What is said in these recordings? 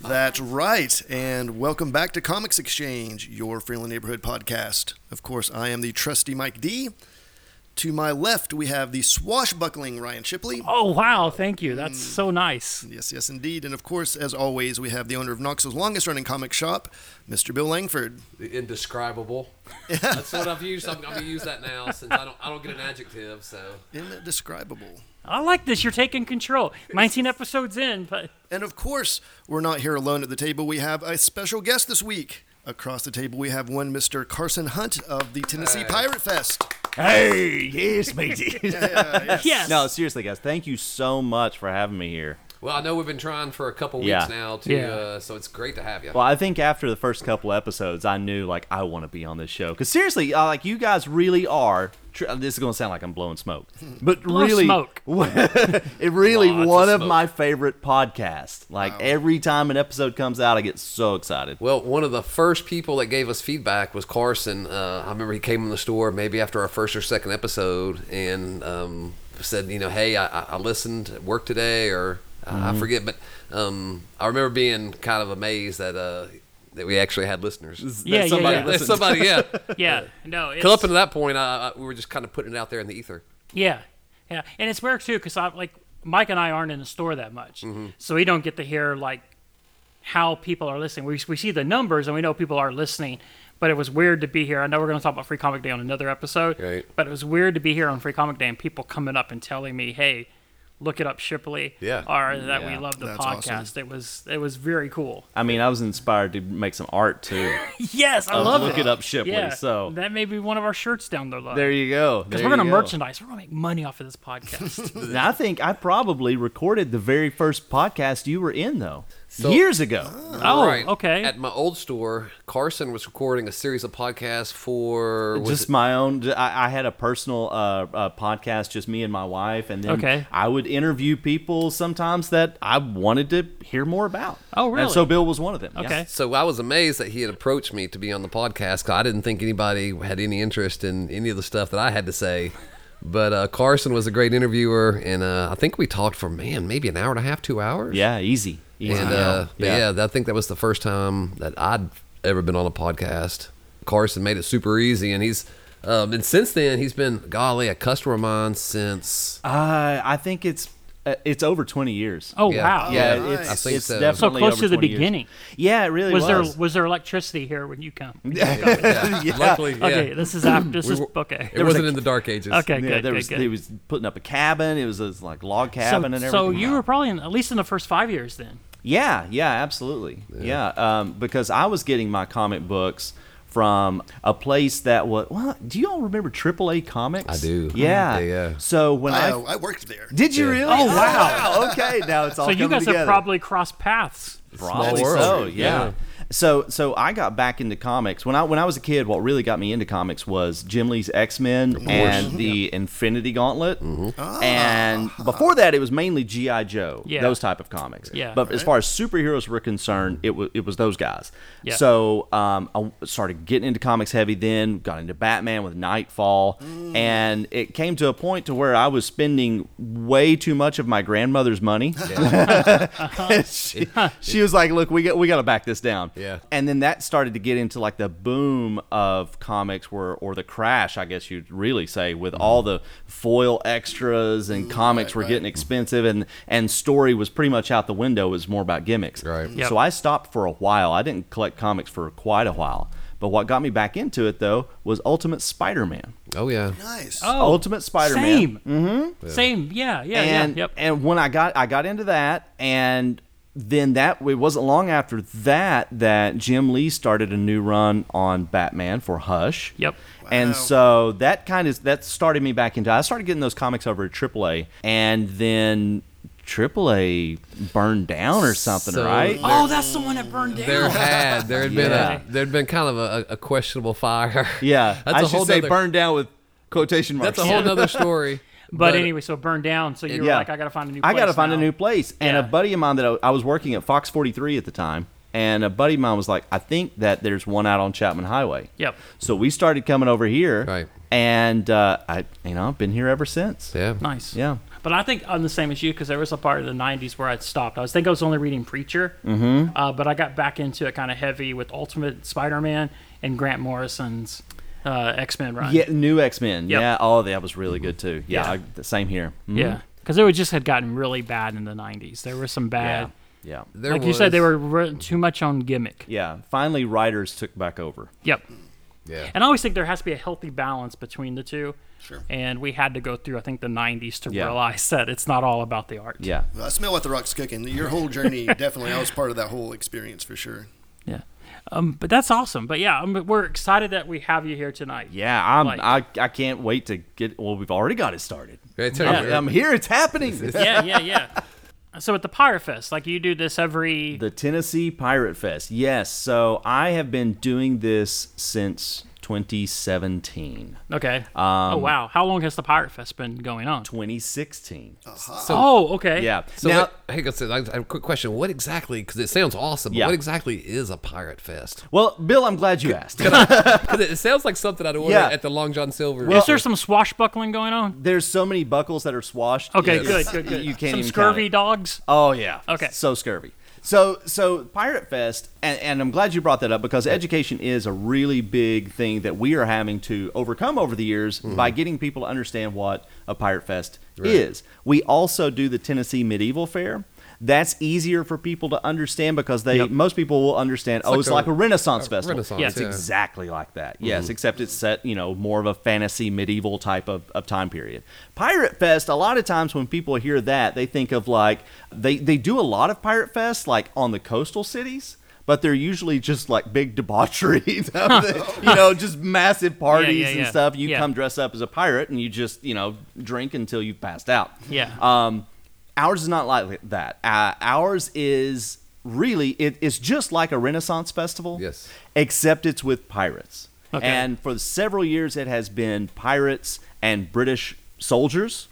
That's right. And welcome back to Comics Exchange, your friendly neighborhood podcast. Of course, I am the trusty Mike D. To my left, we have the swashbuckling Ryan Shipley. Oh wow, thank you. That's Hmm. so nice. Yes, yes, indeed. And of course, as always, we have the owner of Knox's longest running comic shop, Mr. Bill Langford. the indescribable. That's what I've used. I'm, I'm gonna use that now since I don't I don't get an adjective. So Indescribable. I like this. You're taking control. 19 episodes in, but And of course, we're not here alone at the table. We have a special guest this week. Across the table, we have one Mr. Carson Hunt of the Tennessee Pirate Fest. Hey, yes, matey. yes. no, seriously, guys, thank you so much for having me here. well, I know we've been trying for a couple weeks Yeah. now. To Yeah. uh, so it's great to have you. Well, I think after the first couple episodes, I knew like I want to be on this show because seriously, uh, like you guys really are. Tr- uh, this is gonna sound like I'm blowing smoke, but Blow really, smoke. it really Lots of one of smoke. my favorite podcasts. Like every time an episode comes out, I get so excited. Well, one of the first people that gave us feedback was Carson. Uh, I remember he came in the store maybe after our first or second episode and um, said, you know, hey, I, I- I listened at work today, or I Mm-hmm. I forget, but um, I remember being kind of amazed that uh, that we actually had listeners. Yeah, yeah, somebody yeah. There's listened. somebody, yeah. Yeah. No. It's, Because up until that point, I, I, we were just kind of putting it out there in the ether. yeah. Yeah. And it's weird too, because I like Mike and I aren't in the store that much, Mm-hmm. so we don't get to hear like how people are listening. We we see the numbers and we know people are listening. But it was weird to be here. I know we're going to talk about Free Comic Day on another episode, Right. but it was weird to be here on Free Comic Day and people coming up and telling me, "Hey, look it up, Shipley," Yeah. or that we Yeah. love the That's awesome. podcast. It was it was very cool. I mean, I was inspired to make some art too. Yes, I love Look it. it up, Shipley. Yeah, So that may be one of our shirts down the line. there you go. because There we're gonna you go. merchandise. We're gonna make money off of this podcast. And I think I probably recorded the very first podcast you were in though years ago. Uh, oh, okay. At my old store, Carson was recording a series of podcasts for was just my own. I, I had a personal uh, uh, podcast, just me and my wife, and then Okay. I would interview people sometimes that I wanted to hear more about. Oh, really? And so Bill was one of them. yeah. okay. So I was amazed that he had approached me to be on the podcast. 'cause I didn't think anybody had any interest in any of the stuff that I had to say. But uh, Carson was a great interviewer, and uh, I think we talked for man maybe an hour and a half, two hours. Yeah, easy. easy. And uh, but yeah. I think that was the first time that I'd ever been on a podcast. Carson made it super easy, and he's um, and since then he's been golly a customer of mine since Uh, I think it's uh, it's over twenty years. Oh Yeah. wow. yeah, nice. it's, I think it's so. So So definitely close over to the 20 years. beginning. Yeah, it really was. Was, there was there electricity here when you come? yeah. luckily yeah. Okay, this is after this We is were- okay. It wasn't in the dark ages. Okay, Yeah, good, there good, was, good. He was putting up a cabin. It was a like log so, cabin and everything. so you were probably in, at least in the first five years then. Yeah, yeah, absolutely. Yeah, um, because I was getting my comic books from a place that was. Well, do you all remember AAA Comics? I do. Yeah, Yeah, yeah. So when I, I, I worked there. did you really? Oh wow! okay, now it's all. Oh, So you coming guys together. have probably crossed paths. Probably Small world. so, Yeah. yeah. So so I got back into comics when I when I was a kid. What really got me into comics was Jim Lee's X Men and the Infinity Gauntlet, and before that it was mainly GI Joe, Yeah. those type of comics. Yeah. But as far as superheroes were concerned, it was it was those guys. Yeah. So um, I w- started getting into comics heavy. Then got into Batman with Nightfall, and it came to a point to where I was spending way too much of my grandmother's money. she, she was like, "Look, we got we got to back this down." Yeah. And then that started to get into like the boom of comics, where or the crash, I guess you'd really say, with Mm-hmm. all the foil extras and Mm, comics were getting expensive, and and story was pretty much out the window. It was more about gimmicks. Right. Yep. So I stopped for a while. I didn't collect comics for quite a while. But what got me back into it though was Ultimate Spider-Man. Oh yeah. Nice. Oh, Ultimate Spider-Man. Same. Mm-hmm. Same. Yeah. Yeah. and yeah. Yep. and when I got I got into that and then that it wasn't long after that that Jim Lee started a new run on Batman for Hush. Yep. Wow. And so that kind of that started me back into I started getting those comics over at AAA and then AAA burned down or something, So right? there- oh, that's the one that burned down. There had there had been Yeah. a there had been kind of a, a questionable fire. Yeah. that's a I should whole say nother- burned down with quotation marks. That's a whole nother story. But, anyway, so it burned down. So you were Yeah. like, I gotta find a new. I got to place find a now. new place. And a Yeah. buddy of mine that I, I was working at Fox 43 at the time, and a buddy of mine was like, I think that there's one out on Chapman Highway. Yep. So we started coming over here. Right. and uh, I, you know, I've been here ever since. Yeah. Nice. Yeah. But I think I'm the same as you because there was a part of the 90s where I'd stopped. I was think I was only reading Preacher, mm-hmm. uh, but I got back into it kind of heavy with Ultimate Spider-Man and Grant Morrison's uh, X-Men run. Yeah, new X Men. Yep. Yeah, oh, that was Mm-hmm. really good too. Yeah, Yeah. I, the same here. Mhm. yeah, because it would just had gotten really bad in the 90s. There were some bad, yeah, yeah, There like you said, they was- were written too much on gimmick. yeah. Finally, writers took back over. Yep. Yeah. And I always think there has to be a healthy balance between the two. Sure. And we had to go through, I think, the 90s to Yeah. realize that it's not all about the art. Yeah, I smell what the rock's cooking. Your whole journey, definitely, I was part of that whole experience for sure. Yeah. Um, but that's awesome. But yeah, um, we're excited that we have you here tonight. yeah. I'm. Like- I. I can't wait to get. Well, we've already got it started. Yeah, it's over. I'm, I'm here. It's happening. yeah, yeah, yeah. So at the Pirate Fest, like you do this every The Tennessee Pirate Fest. Yes. So I have been doing this since 2017. okay. oh Um, wow, how long has the Pirate Fest been going on? 2016. Oh, okay. Yeah. So now, what- hey, let's- I have a quick question. What exactly? Because it sounds awesome. but Yeah. What exactly is a pirate fest? well, Bill, I'm glad you asked. Because it sounds like something I'd order Yeah. at the Long John Silver. Is there some swashbuckling going on? There's so many buckles that are swashed. Okay, Yes. good, good, good. You can't some even scurvy count it. dogs. Oh yeah. Okay. So scurvy. So so Pirate Fest, and, and I'm glad you brought that up because education is a really big thing that we are having to overcome over the years by getting people to understand what a Pirate Fest is. We also do the Tennessee Medieval Fair. That's easier for people to understand because they most people will understand. oh, like it's like a- a Renaissance a festival. Mm-hmm. Renaissance, yeah, it's yeah. exactly like that. Yes, except it's set, you know, more of a fantasy medieval type of, of time period. Pirate Fest, a lot of times when people hear that, they think of like they, they do a lot of Pirate Fest like on the coastal cities. But they're usually just like big debauchery, you know, the- you know, just massive parties and yeah. stuff. You Yeah. come dress up as a pirate and you just, you know, drink until you've passed out. Yeah. Um, ours is not like that. Uh, ours is really it, it's just like a Renaissance festival. Yes. Except it's with pirates. Okay. And for several years, it has been pirates and British soldiers.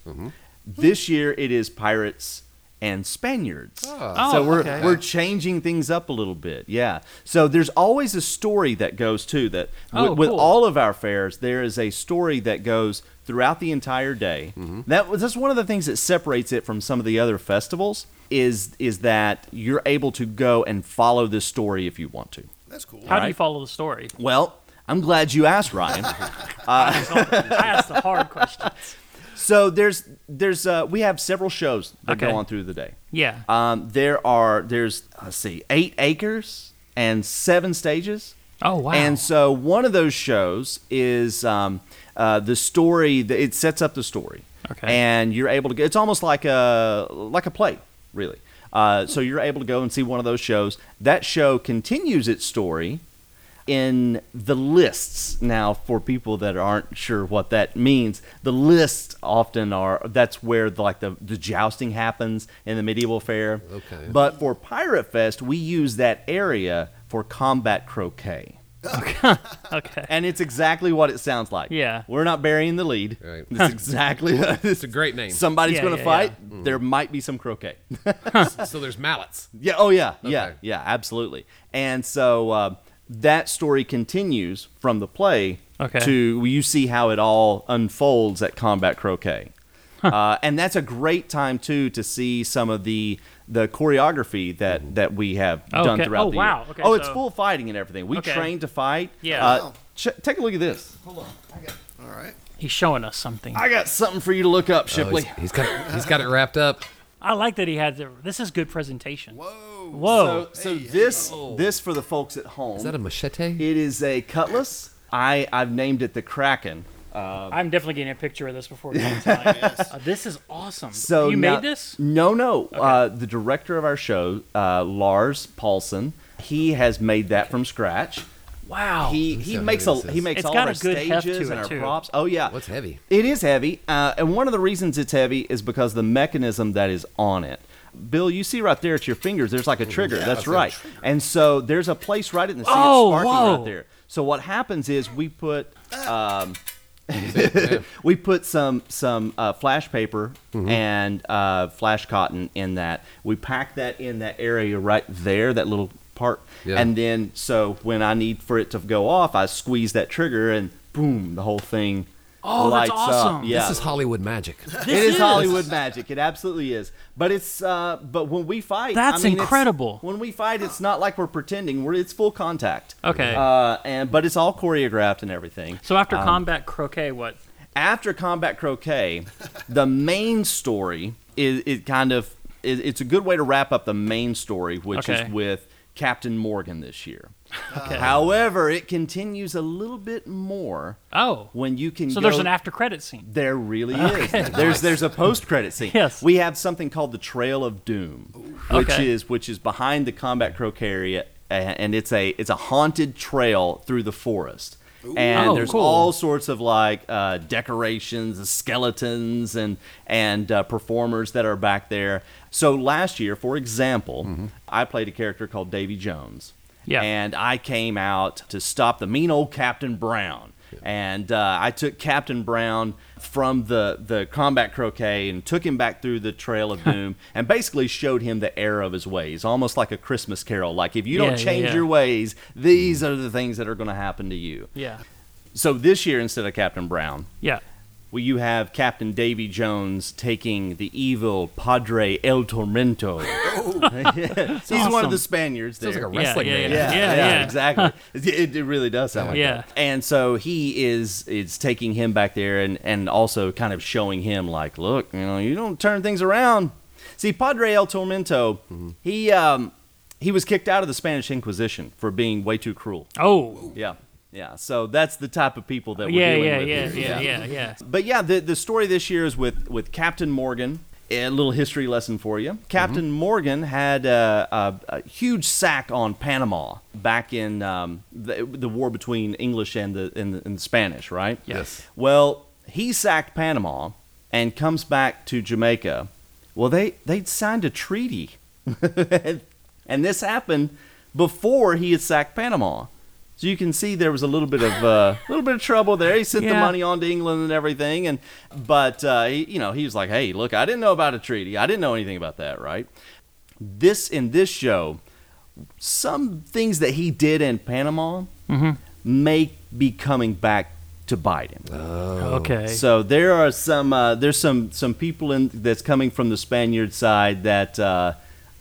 This year, it is pirates and Spaniards. Oh. so we're okay. we're changing things up a little bit. Yeah. So there's always a story that goes too that Oh, with, with cool. all all of our fairs, there is a story that goes throughout the entire day. That was that's one of the things that separates it from some of the other festivals is is that you're able to go and follow this story if you want to. That's cool. How do you right. follow the story? Well, I'm glad you asked, Ryan. I asked the hard questions. so there's there's uh, we have several shows that Okay. go on through the day. Yeah. Um, there are there's let's see eight acres and seven stages. Oh, wow. And so one of those shows is um, uh, the story. That it sets up the story. Okay. And you're able to. go It's almost like a like a play, really. Uh, so you're able to go and see one of those shows. That show continues its story in the lists now for people that aren't sure what that means the lists often are that's where like the, the jousting happens in the medieval fair Okay. but for pirate fest we use that area for combat croquet okay. and it's exactly what it sounds like Yeah. we're not burying the lead Right. it's exactly it's a great name. Mm-hmm. somebody's Yeah, gonna yeah, fight there might be some croquet so there's mallets. yeah. Oh, yeah. Yeah. Okay. Yeah. Absolutely. And so uh, that story continues from the play Okay. to you see how it all unfolds at combat croquet. Uh, and that's a great time too to see some of the the choreography Mm-hmm. that that we have done Okay. throughout Oh, the wow. year. Okay, oh, it's so- full fighting and everything. We Okay. train to fight. Yeah. Uh, Wow. ch- take a look at this. All right. He's showing us something. I, I got something for you to look up, Oh, Shipley. he's, he's got it, he's got it wrapped up. like that he had. The, this is good presentation. Whoa. Whoa. so so this this for the folks at home. Oh. Is that a machete? It is a cutlass. I I've named it the Kraken. um, I'm definitely getting a picture of this before we leave tonight. Uh, this is awesome. So you now- made this? No, no. Uh, the director of our show, uh, Lars Paulson, he has made that from scratch. Wow. He he how makes a heavy this he is. makes It's all got of our a good heft stages to and it, our too. props. Oh yeah, What's heavy? It is heavy, uh, and one of the reasons it's heavy is because the mechanism that is on it. Bill, you see right there at your fingers, there's like a trigger. That's a right. And so there's a place right in the see Oh, it's sparking whoa. right there. So what happens is we put we put some some uh, flash paper and uh, flash cotton in that. We pack that in that area right there, that little part, Yeah. and then so when I need for it to go off, I squeeze that trigger and boom, the whole thing Oh, that's lights up. awesome. Yeah. This is Hollywood magic. This it is, is. Hollywood magic. It absolutely is. But it's uh, but when we fight, That's I mean, it's- incredible. When we fight, it's not like we're pretending. We're it's full contact. Okay. Uh, and but it's all choreographed and everything. So after combat croquet, what? after combat croquet, the main story is it kind of it, it's a good way to wrap up the main story, which Okay. is with Captain Morgan this year. However, it continues a little bit more Oh, when you can. so go, there's an after credit scene. There really is. There's there's a post credit scene. Yes. We have something called the Trail of Doom, which Okay. is which is behind the combat croquet area, a- and it's a it's a haunted trail through the forest. And Oh, there's cool. all sorts of like uh, decorations, and skeletons, and and uh, performers that are back there. So last year, for example, I played a character called Davy Jones. Mm-hmm. Yeah. And I came out to stop the mean old Captain Brown. And uh, I took Captain Brown from the, the combat croquet and took him back through the Trail of Doom and basically showed him the error of his ways, almost like a Christmas carol. Like, if you Yeah, don't yeah, change yeah. Mm-hmm. your ways, these are the things that are going to happen to you. Yeah. So this year, instead of Captain Brown, Yeah. well, you have Captain Davy Jones taking the evil Padre El Tormento. Oh. He's one awesome. of the Spaniards there. Sounds like a wrestling yeah, name. Yeah, Yeah, yeah, yeah. exactly. It, it really does sound like Yeah. that. And so he is it's taking him back there and and also kind of showing him like, look, you know, you don't turn things around. See, Padre El Tormento, he um he was kicked out of the Spanish Inquisition for being way too cruel. Oh. Yeah. Yeah. So that's the type of people that we're Yeah. dealing Yeah. with Yeah. here. Yeah. Yeah. Yeah. But yeah, the the story this year is with with Captain Morgan. A little history lesson for you. Captain Morgan had uh, a, a, a huge sack on Panama back in um, the, the war between English and the and the, and the Spanish, right? Yes. Well, he sacked Panama and comes back to Jamaica. Well, they they'd signed a treaty, and this happened before he had sacked Panama. So you can see there was a little bit of a little bit of trouble there. He sent the Yeah. money on to England and everything, and but uh, he, you know he was like, "Hey, look, I didn't know about a treaty. I didn't know anything about that, right?" This in this show, some things that he did in Panama may be coming back to bite him. Okay. Oh, So there are some uh, there's some some people in that's coming from the Spaniard side that uh,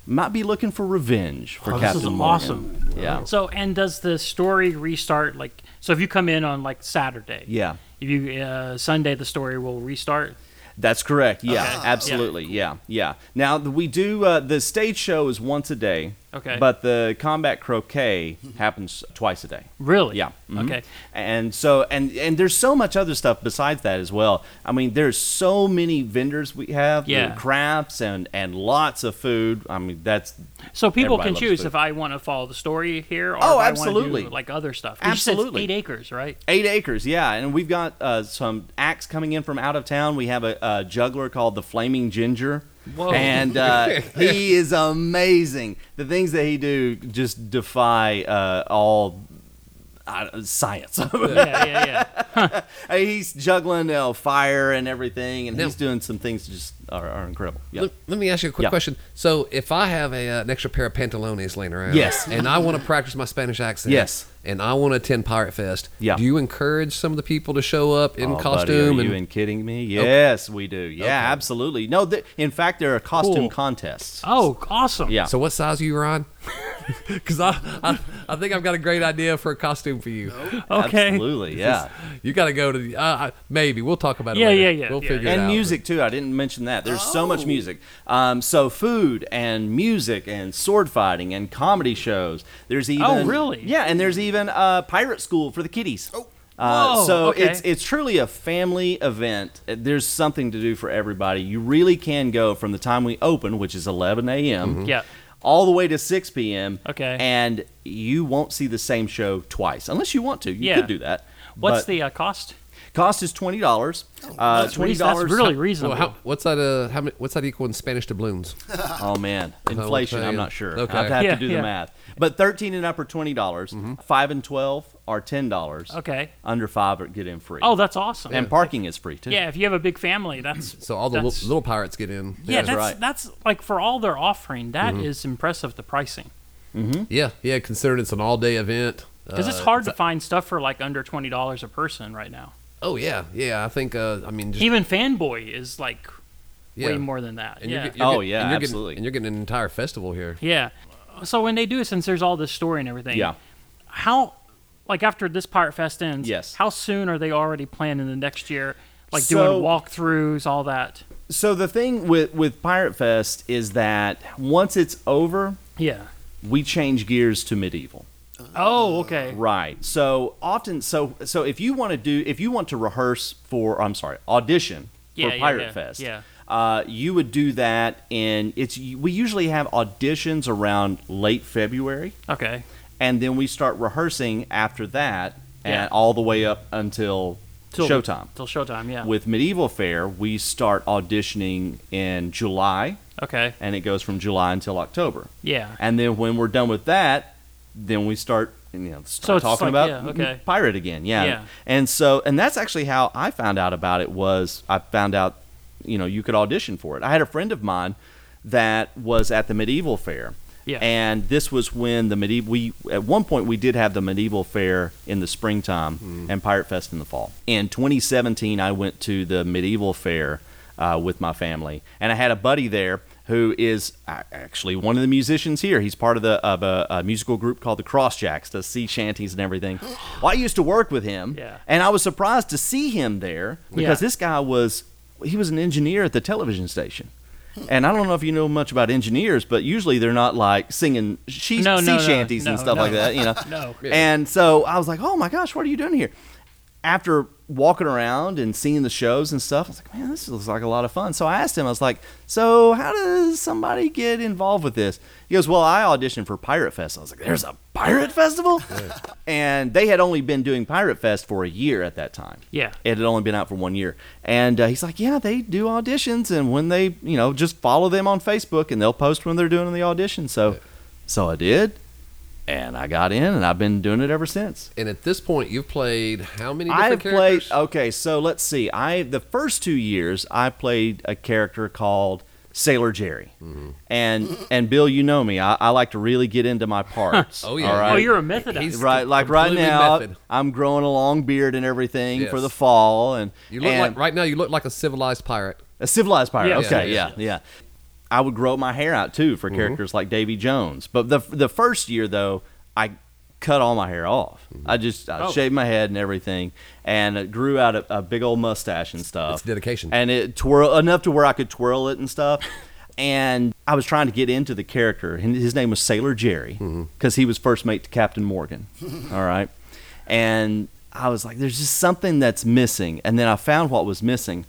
might be looking for revenge for Oh, this Captain is Morgan. awesome. Yeah. So and does the story restart like so if you come in on like Saturday? Yeah. If you uh, Sunday the story will restart. That's correct. Yeah, Okay. absolutely. Yeah, yeah. Now th- we do uh, the stage show is once a day. Okay. But the combat croquet happens twice a day. Really? Yeah. mhm. Okay. And so and and there's so much other stuff besides that as well. I mean, there's so many vendors we have, Yeah. and crafts and and lots of food. I mean, that's So people Everybody can loves choose food. if I want to follow the story here or Oh, if I absolutely. want to do like other stuff. 'Cause you said it's Absolutely. eight acres, right? Eight acres, yeah, and we've got uh, some acts coming in from out of town. We have a, a juggler called the Flaming Ginger, Whoa. and uh, he is amazing. The things that he do just defy uh, all uh, science. yeah, yeah, yeah. he's juggling uh, fire and everything, and Now- he's doing some things that just are, are incredible. Yeah. Let, let me ask you a quick Yeah. question. So, if I have a, uh, an extra pair of pantalones laying around, Yes. and I want to practice my Spanish accent, Yes. and I want to attend Pirate Fest, Yeah. do you encourage some of the people to show up in Oh, costume? buddy, are you and in kidding me? Yes, we do. Yeah, Okay. absolutely. No, th- in fact, there are costume Cool. contests. Ah, Oh, awesome. Yeah. so, what size are you on? Because I, I, I think I've got a great idea for a costume for you. Okay. Absolutely, yeah. You got to go to the, uh, I, maybe we'll talk about it. Yeah, later. yeah, yeah, We'll yeah, figure it out. and music too. I didn't mention that. There's so Oh. much music. Um, so food and music and sword fighting and comedy shows. There's even Oh, really? yeah, and there's even uh, pirate school for the kiddies. Oh. Uh, Whoa, so okay. it's it's truly a family event. Uh, There's something to do for everybody. You really can go from the time we open, which is 11 a.m. Yeah. All the way to 6 p.m. Mm-hmm. Okay. and you won't see the same show twice unless you want to. You Yeah. could do that. What's But the uh, cost? cost? Is twenty dollars. Uh, twenty That's dollars. really Well, reasonable. how, what's that? Uh, how many, What's that equal in Spanish doubloons? Oh man, what inflation. they- I'm not sure. Okay. I'd have Yeah, to do yeah. the math. But 13 and up are twenty dollars. Five and twelve are ten dollars. Okay. Under five are get in free. Oh, that's awesome. and parking is free too. yeah, if you have a big family, that's So all the that's- little, little pirates get in. Yeah, that's right. Mm-hmm. that's like for all they're offering, that is impressive the pricing. yeah, yeah. Considering it's an all-day event, Uh, Uh, Because it's hard to find stuff for like under twenty dollars a person right now. Oh yeah, yeah. I think. Uh, I mean, just, Even fanboy is like yeah. way more than that. And yeah. You're, get- you're Oh, getting- yeah, and you're getting- absolutely. and you're getting an entire festival here. yeah. So when they do it, since there's all this story and everything, Yeah. How, like after this Pirate Fest ends, Yes. How soon are they already planning the next year, like So- doing walkthroughs, all that? So the thing with with Pirate Fest is that once it's over, Yeah. we change gears to medieval. Oh, okay. Right. So often, so so if you want to do, if you want to rehearse for, I'm sorry, audition Yeah, for yeah, Pirate yeah, Fest, yeah. uh, you would do that in it's. We usually have auditions around late February, Okay. and then we start rehearsing after that, Yeah. and all the way up until Till- showtime. Till showtime. Yeah. With Medieval Fair, we start auditioning in July, okay. and it goes from July until October. Yeah. And then when we're done with that, then we start you know start it's just talking like- about yeah, okay. pirate again. Yeah. Yeah. And so and that's actually how I found out about it was I found out you know you could audition for it. I had a friend of mine that was at the medieval fair. Yeah. And this was when the medieval we at one point we did have the medieval fair in the springtime and Pirate Fest in the fall. In 2017 I went to the medieval fair uh, with my family. And I had a buddy there who is a- actually one of the musicians here. He's part of the of a, a musical group called the Crossjacks, the sea shanties and everything. Well, I used to work with him, Yeah. and I was surprised to see him there because Yeah. this guy was he was an engineer at the television station. And I don't know if you know much about engineers, but usually they're not like singing she, No, sea no, no, shanties and no, stuff no. like that, you know. No. Yeah. And so I was like, "Oh my gosh, what are you doing here?" After walking around and seeing the shows and stuff, I was like, "Man, this looks like a lot of fun." So I asked him, I was like, "So how does somebody get involved with this?" He goes, "Well, I auditioned for Pirate Fest." I was like, "There's a pirate festival?" and they had only been doing Pirate Fest for a year at that time. Yeah. It had only been out for one year. And uh, he's like, yeah, they do auditions. And when they, you know, just follow them on Facebook and they'll post when they're doing the audition. So, so I did. And I got in and I've been doing it ever since. And at this point, you've played how many different I have played, characters? okay, so let's see. I, the first two years, I played a character called Sailor Jerry. Mm-hmm. And, and Bill, you know me, I, I like to really get into my parts. Oh, yeah. all Oh, right? you're a method. He's- Right, like right completely now, method. I'm growing a long beard and everything Yes. for the fall, and You look and- like right now. You look like a civilized pirate. A civilized pirate. Yeah, okay, yeah, yeah, yeah, I would grow my hair out too Mm-hmm. for characters like Davy Jones. But the the first year though, I cut all my hair off. Mm-hmm. I just I Oh. shaved my head and everything, and it grew out a, a big old mustache and stuff. It's dedication. And it twirl enough to where I could twirl it and stuff. And I was trying to get into the character. and His name was Sailor Jerry Mm-hmm. because he was first mate to Captain Morgan. All right. And I was like, there's just something that's missing. And then I found what was missing.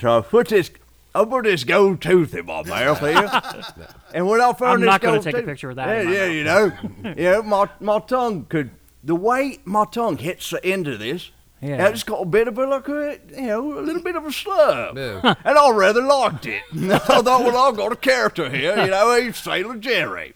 So I put this, I put this gold tooth in my mouth here. and when I found I'm this not gonna gold take a tooth- picture of that Yeah, in my yeah, mouth. you know, you know, my my tongue could. The way my tongue hits the end of this, Yeah. it's got a bit of a like a, you know, a little bit of a slug. Yeah. And I rather liked it. I thought, well, I've got a character here, you know, he's Sailor Jerry.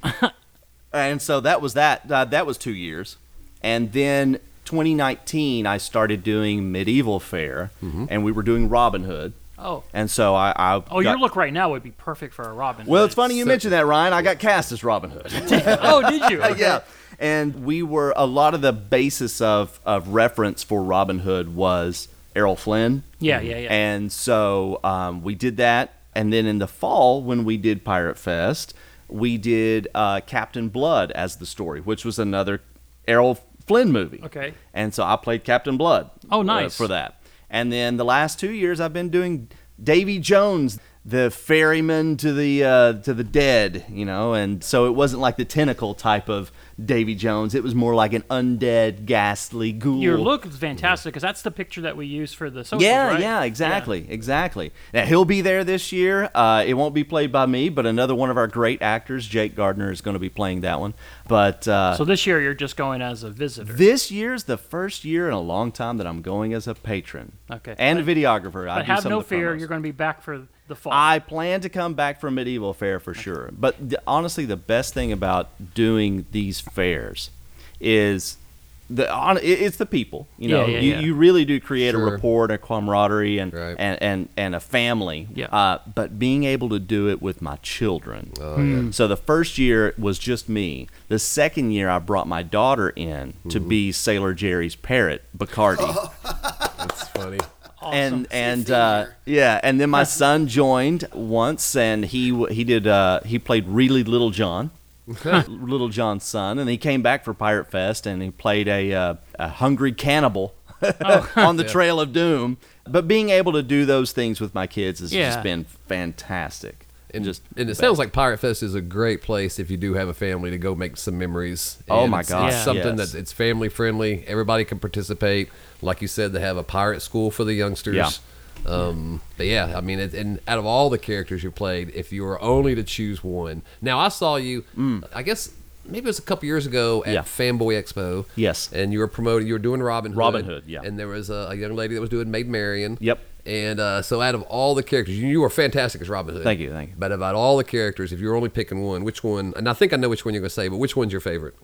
and so that was that. Uh, that was two years, and then 2019 I started doing medieval fair, and we were doing Robin Hood. Oh. And so I. I Mm-hmm. Oh, your got- look right now would be perfect for a Robin. Well, Hood. it's funny you mentioned that, Ryan. I got cast as Robin Hood. oh, did you? Okay. yeah. And we were a lot of the basis of of reference for Robin Hood was Errol Flynn. Yeah, yeah, yeah. And so um, we did that, and then in the fall when we did Pirate Fest, we did uh, Captain Blood as the story, which was another Errol Flynn movie. Okay. And so I played Captain Blood. Oh, uh, nice. for that. And then the last two years, I've been doing Davy Jones, the ferryman to the uh, to the dead, you know. And so it wasn't like the tentacle type of Davy Jones. It was more like an undead, ghastly ghoul. Your look is fantastic because that's the picture that we use for the social. Yeah, right? yeah, exactly, exactly. Now he'll be there this year. Uh, it won't be played by me, but another one of our great actors, Jake Gardner, is going to be playing that one. But uh, So this year you're just going as a visitor. this year's the first year in a long time that I'm going as a patron. Okay. And a videographer. I but do have some no of the fear, promos. you're going to be back for the fall. I plan to come back for medieval fair for sure. But th- honestly, the best thing about doing these fairs is the on, it- it's the people. You know, Yeah, yeah, you, yeah. you really do create a Sure. rapport, a camaraderie, and Right. and, and and a family. Yeah. Uh, but being able to do it with my children. Oh, Hmm. So the first year was just me. The second year, I brought my daughter in to be Sailor Jerry's parrot, Bacardi. funny. and and theme uh, here. yeah, and then my son joined once, and he w- he did uh, he played really Little John, Little John's son, and he came back for Pirate Fest, and he played a, uh, a hungry cannibal on the Trail of Doom. But being able to do those things with my kids has Yeah. just been fantastic. And just and it sounds like Pirate Fest is a great place if you do have a family to go make some memories. Oh And my it's, gosh, It's something yes. that it's family friendly. Everybody can participate. Like you said, they have a pirate school for the youngsters. Yeah. Um, but yeah, I mean, it, and out of all the characters you played, if you were only to choose one, now I saw you. I guess maybe it was a couple years ago at Mm. Yeah. Fanboy Expo. Yes. and you were promoting. You were doing Robin Hood. Robin Hood, yeah. And there was a, a young lady that was doing Maid Marian. Yep. And uh, so, out of all the characters, you, you were fantastic as Robin Hood. Thank you, thank you. But about all the characters, if you're only picking one, which one? And I think I know which one you're going to say, but which one's your favorite?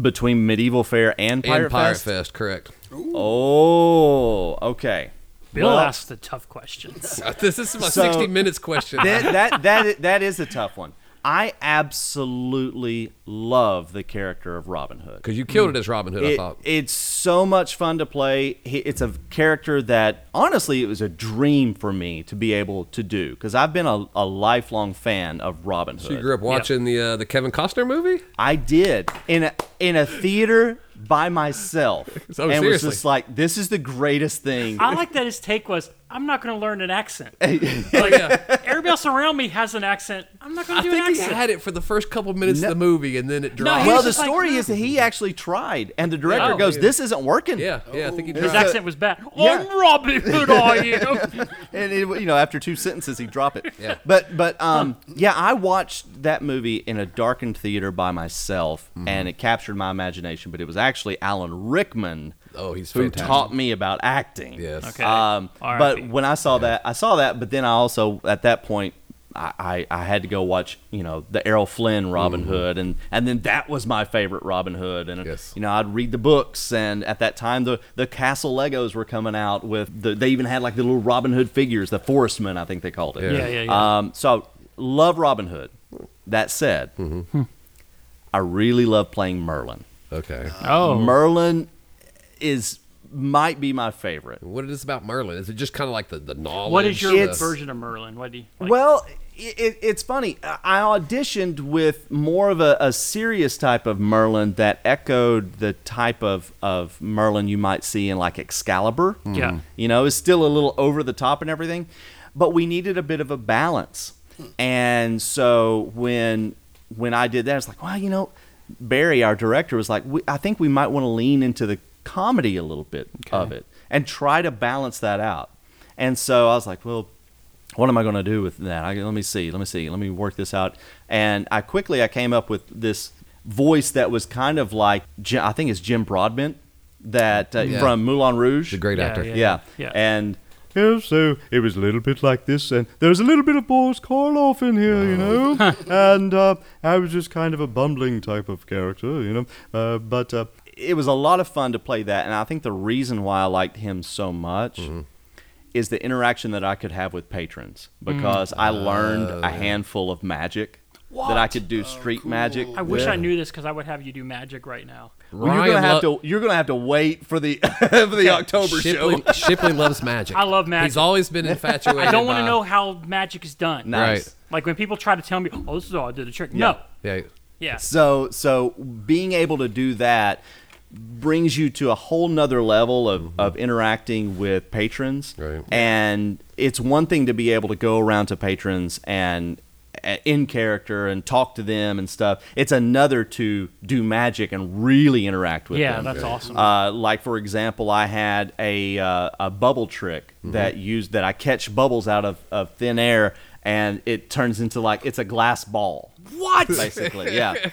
between Medieval Fair and Pirate, and Pirate Fest. Fest, correct. Oh, okay. Bill Well- asks the tough questions. this, this is my So- 60 minutes question. that that that i- that is a tough one. I absolutely love the character of Robin Hood. Because you killed it as Robin Hood, I It- thought. it's so much fun to play. He- It's a character that honestly it was a dream for me to be able to do because I've been a, a lifelong fan of Robin Hood. you grew up watching the uh, the Kevin Costner movie? I did in a, in a theater by myself, So and seriously. was just like, "This is the greatest thing." I like that his take was, I'm not going to learn an accent. Like, uh, Everybody else around me has an accent. I'm not going I to do think an he accent. had it for the first couple minutes of the movie, and then it dropped. he well, was the just like, "Hmm." story "No." is that he actually tried, and the director Oh, goes, yeah. "This isn't working." yeah, yeah, I think he His dropped. accent was bad. I'm Robin Hood, are you? and it, you know after two sentences he'd drop it Yeah. but but um yeah i watched that movie in a darkened theater by myself Mm-hmm. and it captured my imagination but it was actually alan rickman Oh, he's who fantastic. taught me about acting Yes. Okay. um but R.I.P.. when i saw that i saw that but then i also at that point I, I, I had to go watch you know the Errol Flynn Robin Hood and and then that was my favorite Robin Hood and Yes. you know I'd read the books and at that time the the Castle Legos were coming out with the, they even had like the little Robin Hood figures the Forestmen I think they called it Yeah, yeah, yeah. um so love Robin Hood that said I really love playing Merlin Okay. Uh, oh. Merlin is might be my favorite Uh, What is this about Merlin? Is it just kind of like the, the knowledge? what is your It's- version of Merlin? What do you like? well, it, it, it's funny. I I auditioned with more of a, a serious type of Merlin that echoed the type of, of Merlin you might see in like Excalibur. Yeah. You know, it's still a little over the top and everything, but we needed a bit of a balance. And so when when I did that, it's like, well, you know, Barry, our director, was like, we, I think we might want to lean into the comedy a little bit of it and try to balance that out. And so I was like, well, what am I going to do with that? I, let me see. Let me see. Let me work this out. And I quickly I came up with this voice that was kind of like Ji- I think it's Jim Broadbent that uh, Yeah. from Moulin Rouge. He's a great Yeah, actor. yeah. yeah. And Yeah, so it was a little bit like this, and there was a little bit of Boris Karloff in here, you know. and uh, I was just kind of a bumbling type of character, you know. Uh, but uh, it was a lot of fun to play that. And I think the reason why I liked him so much Mm-hmm. is the interaction that I could have with patrons Mm. because I learned Oh, a handful of magic that I could do street magic. I wish with. I knew this because I would have you do magic right now. Well, you're Ryan gonna have Lo- to you're gonna have to wait for the for the October show. Shipley, Shipley loves magic. I love magic. He's always been infatuated. I don't want to know how magic is done. Nice. Right. Like when people try to tell me, "Oh, this is how I did the trick." No. Yeah. Yeah. So so being able to do that brings you to a whole nother level of, of interacting with patrons. Right. And it's one thing to be able to go around to patrons and uh, in character and talk to them and stuff. It's another to do magic and really interact with Yeah, them. that's awesome. Uh, like for example, I had a uh, a bubble trick that used that I catch bubbles out of, of thin air and it turns into like it's a glass ball. What? Basically, yeah.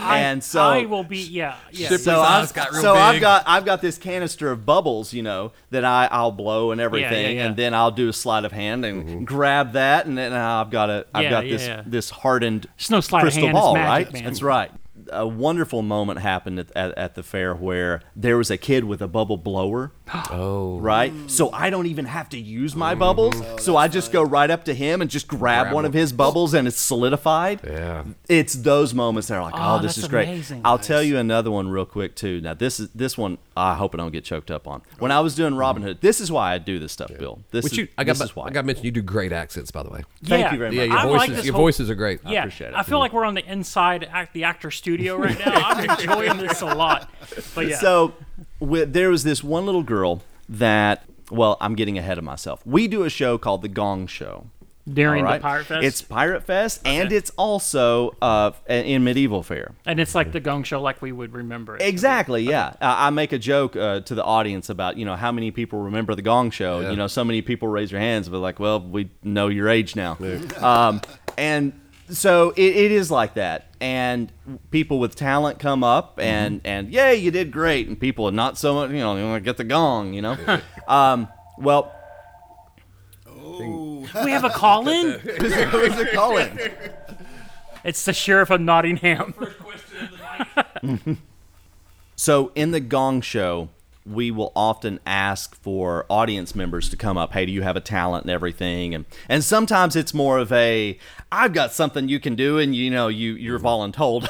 and so I will be. Yeah. Yeah. Shipley's so eyes I've, got real so I've big. got I've got this canister of bubbles, you know, that I I'll blow and everything, yeah. and then I'll do a sleight of hand and Mm-hmm. grab that, and then I've got a I've Yeah, got yeah, this yeah. this hardened It's no sleight of crystal hand, it's ball, magic, right? man. That's right. a wonderful moment happened at, at, at the fair where there was a kid with a bubble blower. Oh. Mm-hmm. Right? So I don't even have to use my bubbles. so I just go right up to him and just grab, Grab one of one. his bubbles and it's solidified. Yeah. It's those moments that are like, Oh, oh, this that's is great. amazing. I'll tell you another one real quick too. Now this is this one I hope I don't get choked up on. When I was doing Robin Hood, this is why I do this stuff, Bill. This Which is Oh. you, I got. this is why. I got to mention you do great accents, by the way. Thank yeah. you very Yeah, much. your I voices, like this your whole- voices are great. yeah, appreciate it. I feel like we're on the inside act, the actor studio right now. I'm enjoying this a lot. But yeah, So wi- there was this one little girl that. Well, I'm getting ahead of myself. We do a show called The Gong Show. during all right? the Pirate Fest, It's Pirate Fest, and it's also uh, in Medieval Fair. and it's like the Gong Show, like we would remember it. Exactly. Yeah, I I make a joke uh, to the audience about you know how many people remember the Gong Show. You know, so many people raise their hands, but like, well, we know your age now. Um, and so it, it is like that. And people with talent come up and and yay, you did great. And people are not so much you know they want to get the gong. You know, um, well. We have a call in. Who's it calling? It's the sheriff of Nottingham. So in the Gong Show, we will often ask for audience members to come up. Hey, do you have a talent and everything? And and sometimes it's more of a I've got something you can do, and you know you you're voluntold.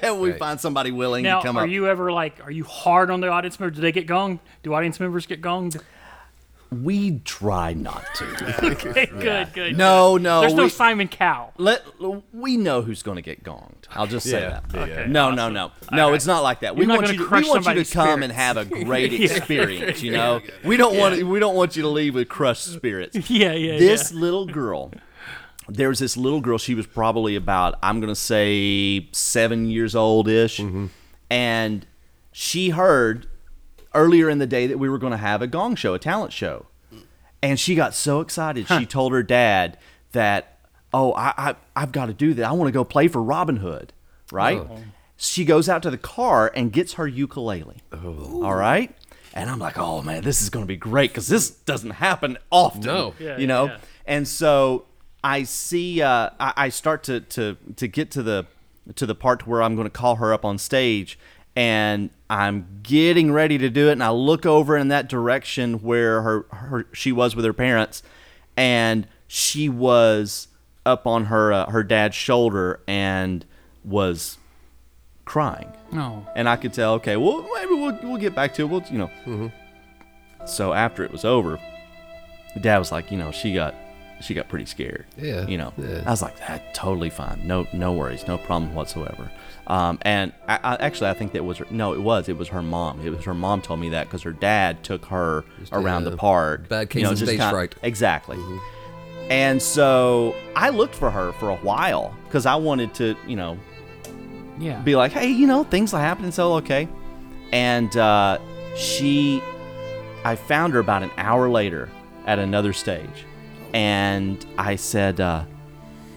and we Right. find somebody willing Now, to come are up. you ever like, are you hard on the audience member? Do they get gonged? Do audience members get gonged? we try not to. Okay, good, good. no, no. There's no we- Simon Cowell. let we know who's going to get gonged. I'll just say Yeah, that. yeah, Okay. yeah. No, no, no, no. It's not like that. We You're not want gonna you. To, we crush want you to somebody's come and have a great experience. You know, we don't want we don't want you to leave with crushed spirits. Yeah, yeah, This little girl. There was this little girl. She was probably about I'm going to say seven years old ish, and she heard earlier in the day that we were going to have a gong show, a talent show. And she got so excited. She told her dad that, oh, I, I, I've got to do that. I want to go play for Robin Hood, right? She goes out to the car and gets her ukulele. All right. And I'm like, oh, man, this is going to be great because this doesn't happen often. No. Yeah, you know? yeah. And so I see, uh, I, I start to, to, to get to the, to the part where I'm going to call her up on stage and I'm getting ready to do it. And I look over in that direction where her, her she was with her parents, and she was up on her uh, her dad's shoulder and was crying. No. And I could tell, okay, well, maybe we'll, we'll get back to it. We'll, you know. So after it was over, dad was like, you know, she got she got pretty scared. Yeah, You know, yeah. I was like, that totally fine. No, no worries, no problem whatsoever. Um, and I, I actually, I think that was her, no, it was it was her mom. It was her mom told me that because her dad took her around uh, the park. bad case of just stage fright. Mm-hmm. Exactly. And so I looked for her for a while because I wanted to, you know, Yeah. be like, hey, you know, things are happening, so okay. And uh, she, I found her about an hour later at another stage, and I said, uh,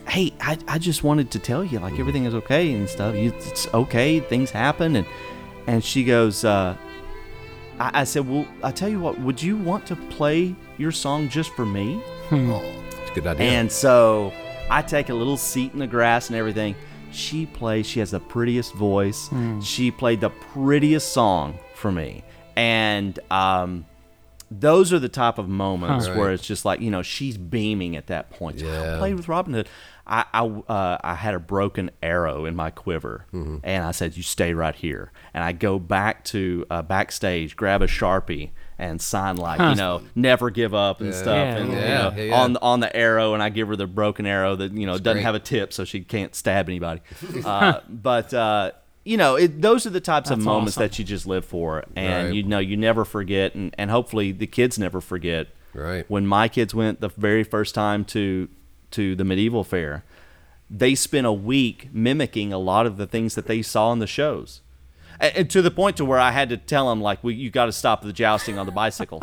hey, I, I just wanted to tell you like everything is okay and stuff. You, it's okay, things happen, and and she goes, uh, I, I said, well, I tell you what, would you want to play your song just for me? It's a good idea. And so I take a little seat in the grass and everything. She plays, she has the prettiest voice. Hmm. She played the prettiest song for me. And um, those are the type of moments where it's just like, you know, she's beaming at that point. I Yeah. played with Robin Hood. I, I, uh, I had a broken arrow in my quiver, Mm-hmm. and I said, "You stay right here." And I go back to uh, backstage, grab a sharpie, and sign like you know, "Never give up" and stuff, Yeah. and you Yeah, know, yeah, yeah. on on the arrow, and I give her the broken arrow that you know doesn't great. have a tip, so she can't stab anybody. uh, but uh, you know, it, those are the types of moments that you just live for, and Right. you know, you never forget, and, and hopefully the kids never forget. Right. When my kids went the very first time to to the medieval fair, they spent a week mimicking a lot of the things that they saw in the shows. A- And to the point to where I had to tell them like, "We, you got to stop the jousting on the bicycles."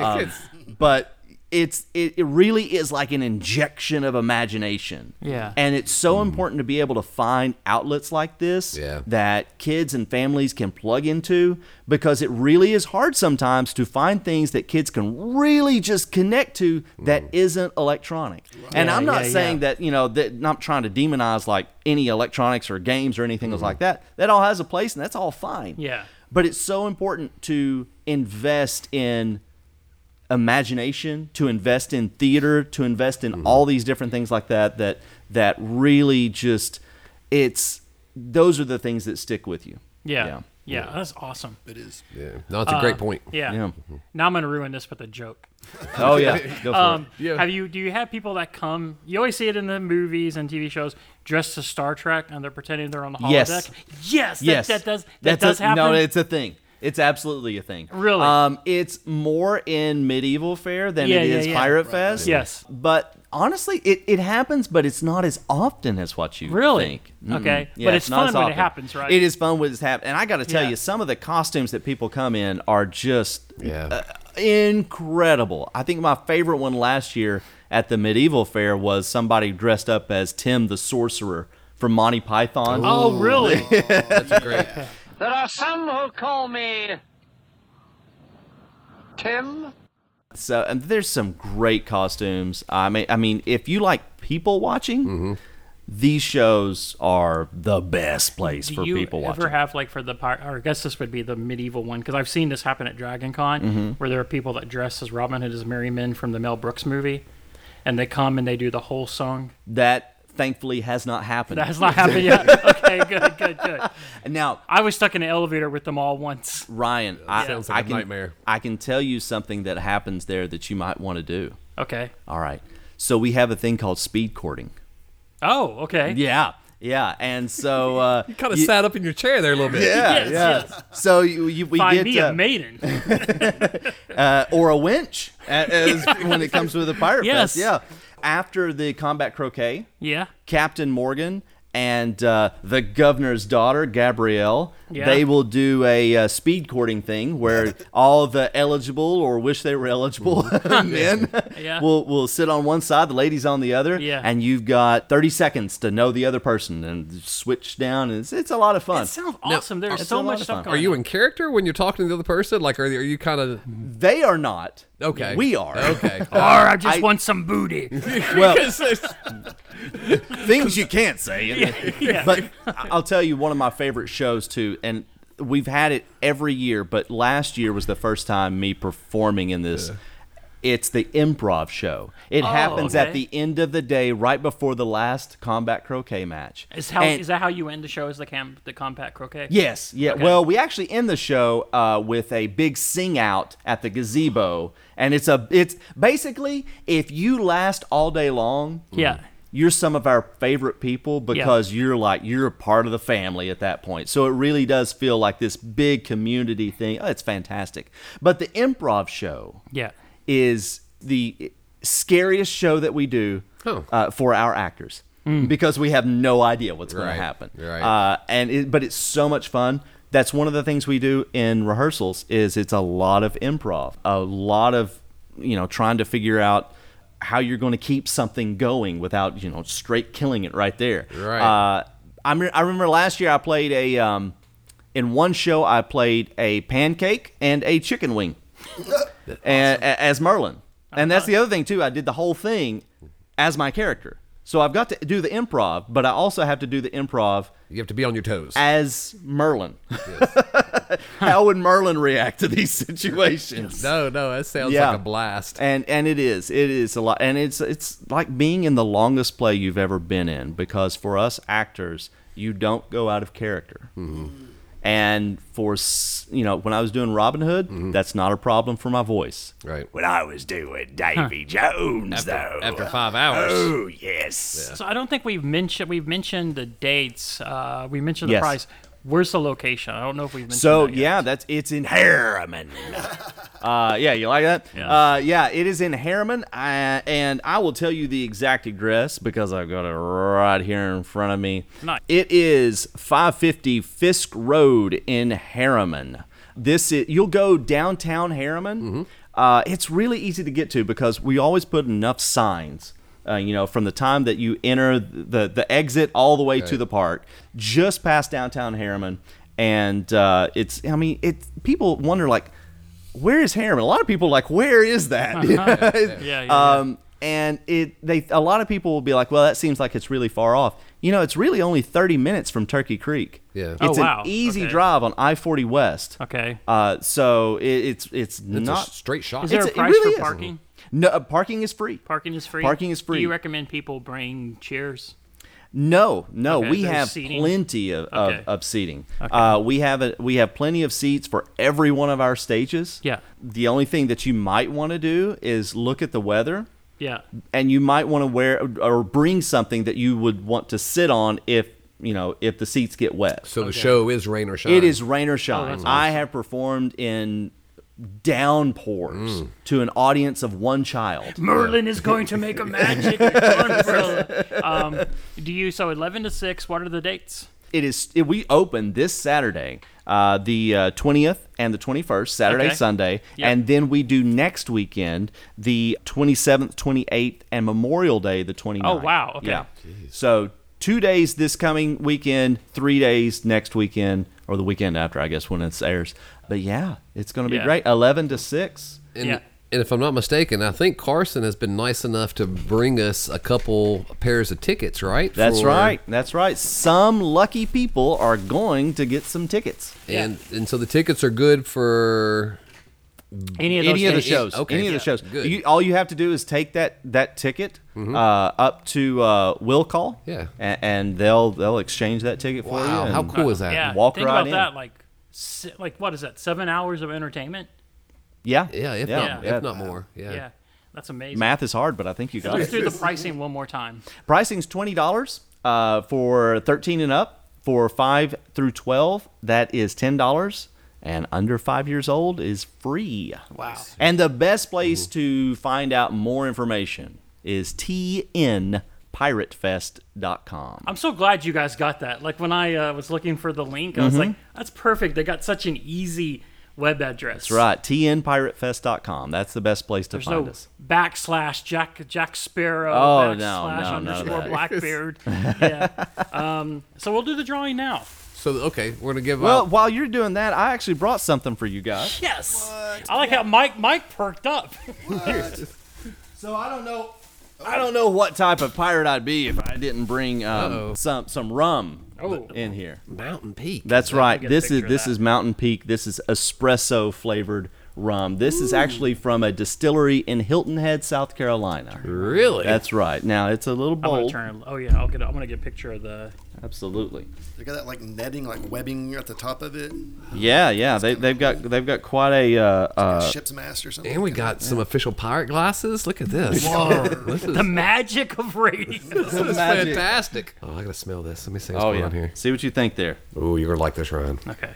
Um, but it's it, it really is like an injection of imagination. Yeah. And it's so important to be able to find outlets like this Yeah. that kids and families can plug into because it really is hard sometimes to find things that kids can really just connect to that isn't electronic. And Yeah, I'm not yeah, saying yeah. that, you know, that not trying to demonize like any electronics or games or anything like that. That all has a place and that's all fine. Mm-hmm. Yeah. But it's so important to invest in imagination, to invest in theater, to invest in Mm-hmm. all these different things like that that that really just it's those are the things that stick with you. Yeah. Yeah. That's awesome. It is. Yeah. No, uh, it's a great point. Yeah. Yeah. Now I'm going to ruin this with a joke. Oh yeah. Go for Um, it. Yeah. Have you? Do you have people that come? You always see it in the movies and TV shows, dressed as Star Trek, and they're pretending they're on the holodeck. Yes. Yes. That, yes. That, does. That That's does a, happen. No, it's a thing. It's absolutely a thing. Really? Um, it's more in medieval fare than Yeah, it yeah, is yeah. pirate fest. Yes. But honestly, it, it happens, but it's not as often as what you Really? think. Okay. Yeah, But it's not fun as when it often. happens, right? It is fun when it's happening. And I got to tell Yeah. you, some of the costumes that people come in are just Yeah. incredible. I think my favorite one last year at the medieval fair was somebody dressed up as Tim the Sorcerer from Monty Python. Oh, really? There are some who call me Tim. So and there's some great costumes. I mean, I mean, if you like people watching, Mm-hmm. these shows are the best place Do for you people ever watching. have like for the pir- or I guess this would be the medieval one because I've seen this happen at Dragon Con Mm-hmm. where there are people that dress as Robin Hood as merry men from the Mel Brooks movie, and they come and they do the whole song. that thankfully has not happened. That has not happened yet. okay, good, good, good. now, I was stuck in an elevator with them all once. Ryan, I, sounds like I a can, nightmare. I can tell you something that happens there that you might want to do. Okay. All right. So we have a thing called speed courting. Oh, okay. Yeah. Yeah, and so uh, you Kind of sat up in your chair there a little bit. Yeah, Yes, yeah. So you, you we Find get me uh, a maiden. or a winch a- as, when it comes to the pirate Yes. fest. Yeah. After the combat croquet, yeah. Captain Morgan and uh, the governor's daughter Gabrielle, Yeah. they will do a uh, speed courting thing where all the eligible or wish they were eligible men Yeah. will will sit on one side, the ladies on the other, Yeah. and you've got 30 seconds to know the other person and switch down. And it's, it's a lot of fun. It sounds awesome. There's it's a so lot much of stuff fun. going on. Are Are you in character when you're talking to the other person? Like, are, are you kind of they are not. okay? We are. okay. Or I just I- want some booty. Well, It's- things you can't say. But I- I'll tell you one of my favorite shows too, and we've had it every year, but last year was the first time me performing in this. It's the improv show. It happens at Oh, okay. the end of the day, right before the last combat croquet match. Is how And- is that how you end the show? Is the cam the compact croquet? Yes, yeah. Okay. Well, we actually end the show uh, with a big sing out at the gazebo, and it's a it's basically if you last all day long, Yeah. you're some of our favorite people because you're like you're a part of the family at that point. So it really does feel like this big community thing. Oh, it's fantastic. But the improv show Yeah. is the scariest show that we do Oh. uh, for our actors Mm. because we have no idea what's going Right, to happen. right. Uh, and it, but it's so much fun. That's one of the things we do in rehearsals is it's a lot of improv, a lot of you know trying to figure out how you're going to keep something going without you know straight killing it right there. Right. Uh, I me- I remember last year I played a um, in one show I played a pancake and a chicken wing and, a- as Merlin. And that's the other thing too. I did the whole thing as my character, so I've got to do the improv, but I also have to do the improv you have to be on your toes. as Merlin. How would Merlin react to these situations? No, no, that sounds like a blast. And and it is. It is a lot and it's it's like being in the longest play you've ever been in because for us actors, you don't go out of character. Mm-hmm. And for s- you know, when I was doing Robin Hood, Mm-hmm. that's not a problem for my voice. Right. When I was doing Davy Jones, though. After five hours. oh, yes. So I don't think we've mentioned we've mentioned the dates. Uh, we mentioned the Yes. price. Where's the location? I don't know if we've mentioned. So that yet. yeah, that's it's in Harriman. uh, yeah, you like that? Yeah. Uh, yeah, it is in Harriman, I, and I will tell you the exact address because I've got it right here in front of me. Nice. It is 550 Fisk Road in Harriman. This is, you'll go downtown Harriman. Uh, it's really easy to get to because we always put enough signs. Uh, you know, from the time that you enter the the exit all the way to the park, just past downtown Harriman, and uh, it's I mean, it people wonder like, where is Harriman? A lot of people are like, where is that? Yeah, yeah. Um, and it they a lot of people will be like, well, that seems like it's really far off. You know, it's really only 30 minutes from Turkey Creek. Yeah. it's Oh, wow. an easy Okay. drive on I-40 West. Okay. uh, so it, it's it's, It's not a straight shot. Is there it's- a it price really for is. parking? No, uh, parking is free. Parking is free. Parking is free. Do you recommend people bring chairs? No, no, Okay, we there's have seating? plenty of, Okay. of, of seating. Uh, we have a, we have plenty of seats for every one of our stages. Yeah. The only thing that you might want to do is look at the weather. Yeah. and you might want to wear or bring something that you would want to sit on if you know if the seats get wet. so the show is rain or shine. It is rain or shine. awesome. I have performed in downpours to an audience of one child. Merlin is going to make a magic umbrella. Um, do you so eleven to six? What are the dates? It is it, we open this Saturday, uh, the twentieth and the twenty first, Saturday, Okay. Sunday, Yep. and then we do next weekend the twenty seventh, twenty eighth, and Memorial Day the 29th. Oh, wow. Okay. Yeah. So two days this coming weekend, three days next weekend, or the weekend after, I guess, when it airs. But yeah, it's going to be Yeah. great. Eleven to six. And, Yeah. and if I'm not mistaken, I think Carson has been nice enough to bring us a couple pairs of tickets, right? That's For- right. That's right. Some lucky people are going to get some tickets. And and so the tickets are good for Any of those any of Oh, the dates? shows, Okay. any of Yeah. the shows. Good. Mm-hmm. You, all you have to do is take that that ticket uh, up to uh, will call, Yeah. a- and, they'll they'll exchange that ticket for you. wow, how and- cool is that? Yeah. Walk think right about in. that. Like, si- like what is that? Seven hours of entertainment. Yeah, Yeah, if not yeah. if not more. Yeah. Yeah, that's amazing. Math is hard, but I think you got Let's it. do the pricing one more time. Pricing's twenty dollars uh, for thirteen and up. For five through twelve, that is ten dollars, and under five years old is free. Wow! And the best place Mm-hmm. to find out more information is tnpiratefest.com. I'm so glad you guys got that. Like when I uh, was looking for the link, I was like, that's perfect. They got such an easy web address. That's right, tnpiratefest.com. That's the best place to There's find no us. backslash Jack Jack Sparrow Oh, no, backslash no, none of underscore that. Blackbeard. yeah. Um, so we'll do the drawing now. So okay, we're gonna give Well, out while you're doing that, I actually brought something for you guys. Yes. I like how Mike Mike perked up. So I don't know. I don't know what type of pirate I'd be if I didn't bring um, some some rum Oh. in here. Mountain Peak. That's right. get a This is picture of this is that. Mountain Peak. This is espresso flavored rum. This is actually from a distillery in Hilton Head, South Carolina. really? That's right. Now it's a little I'm gonna bold. turn. Oh yeah, I'll get. I'm gonna get a picture of the. Absolutely. They got that like netting, like webbing at the top of it. Yeah, yeah. They they've got they've got quite a uh, uh, ship's mast or something. and we got some official pirate glasses. Look at this. Whoa. this is, The magic of radio. this is magic. fantastic. Oh, I gotta smell this. Let me see what's oh going yeah. on here. See what you think there. Oh, you're gonna like this, Ryan. okay.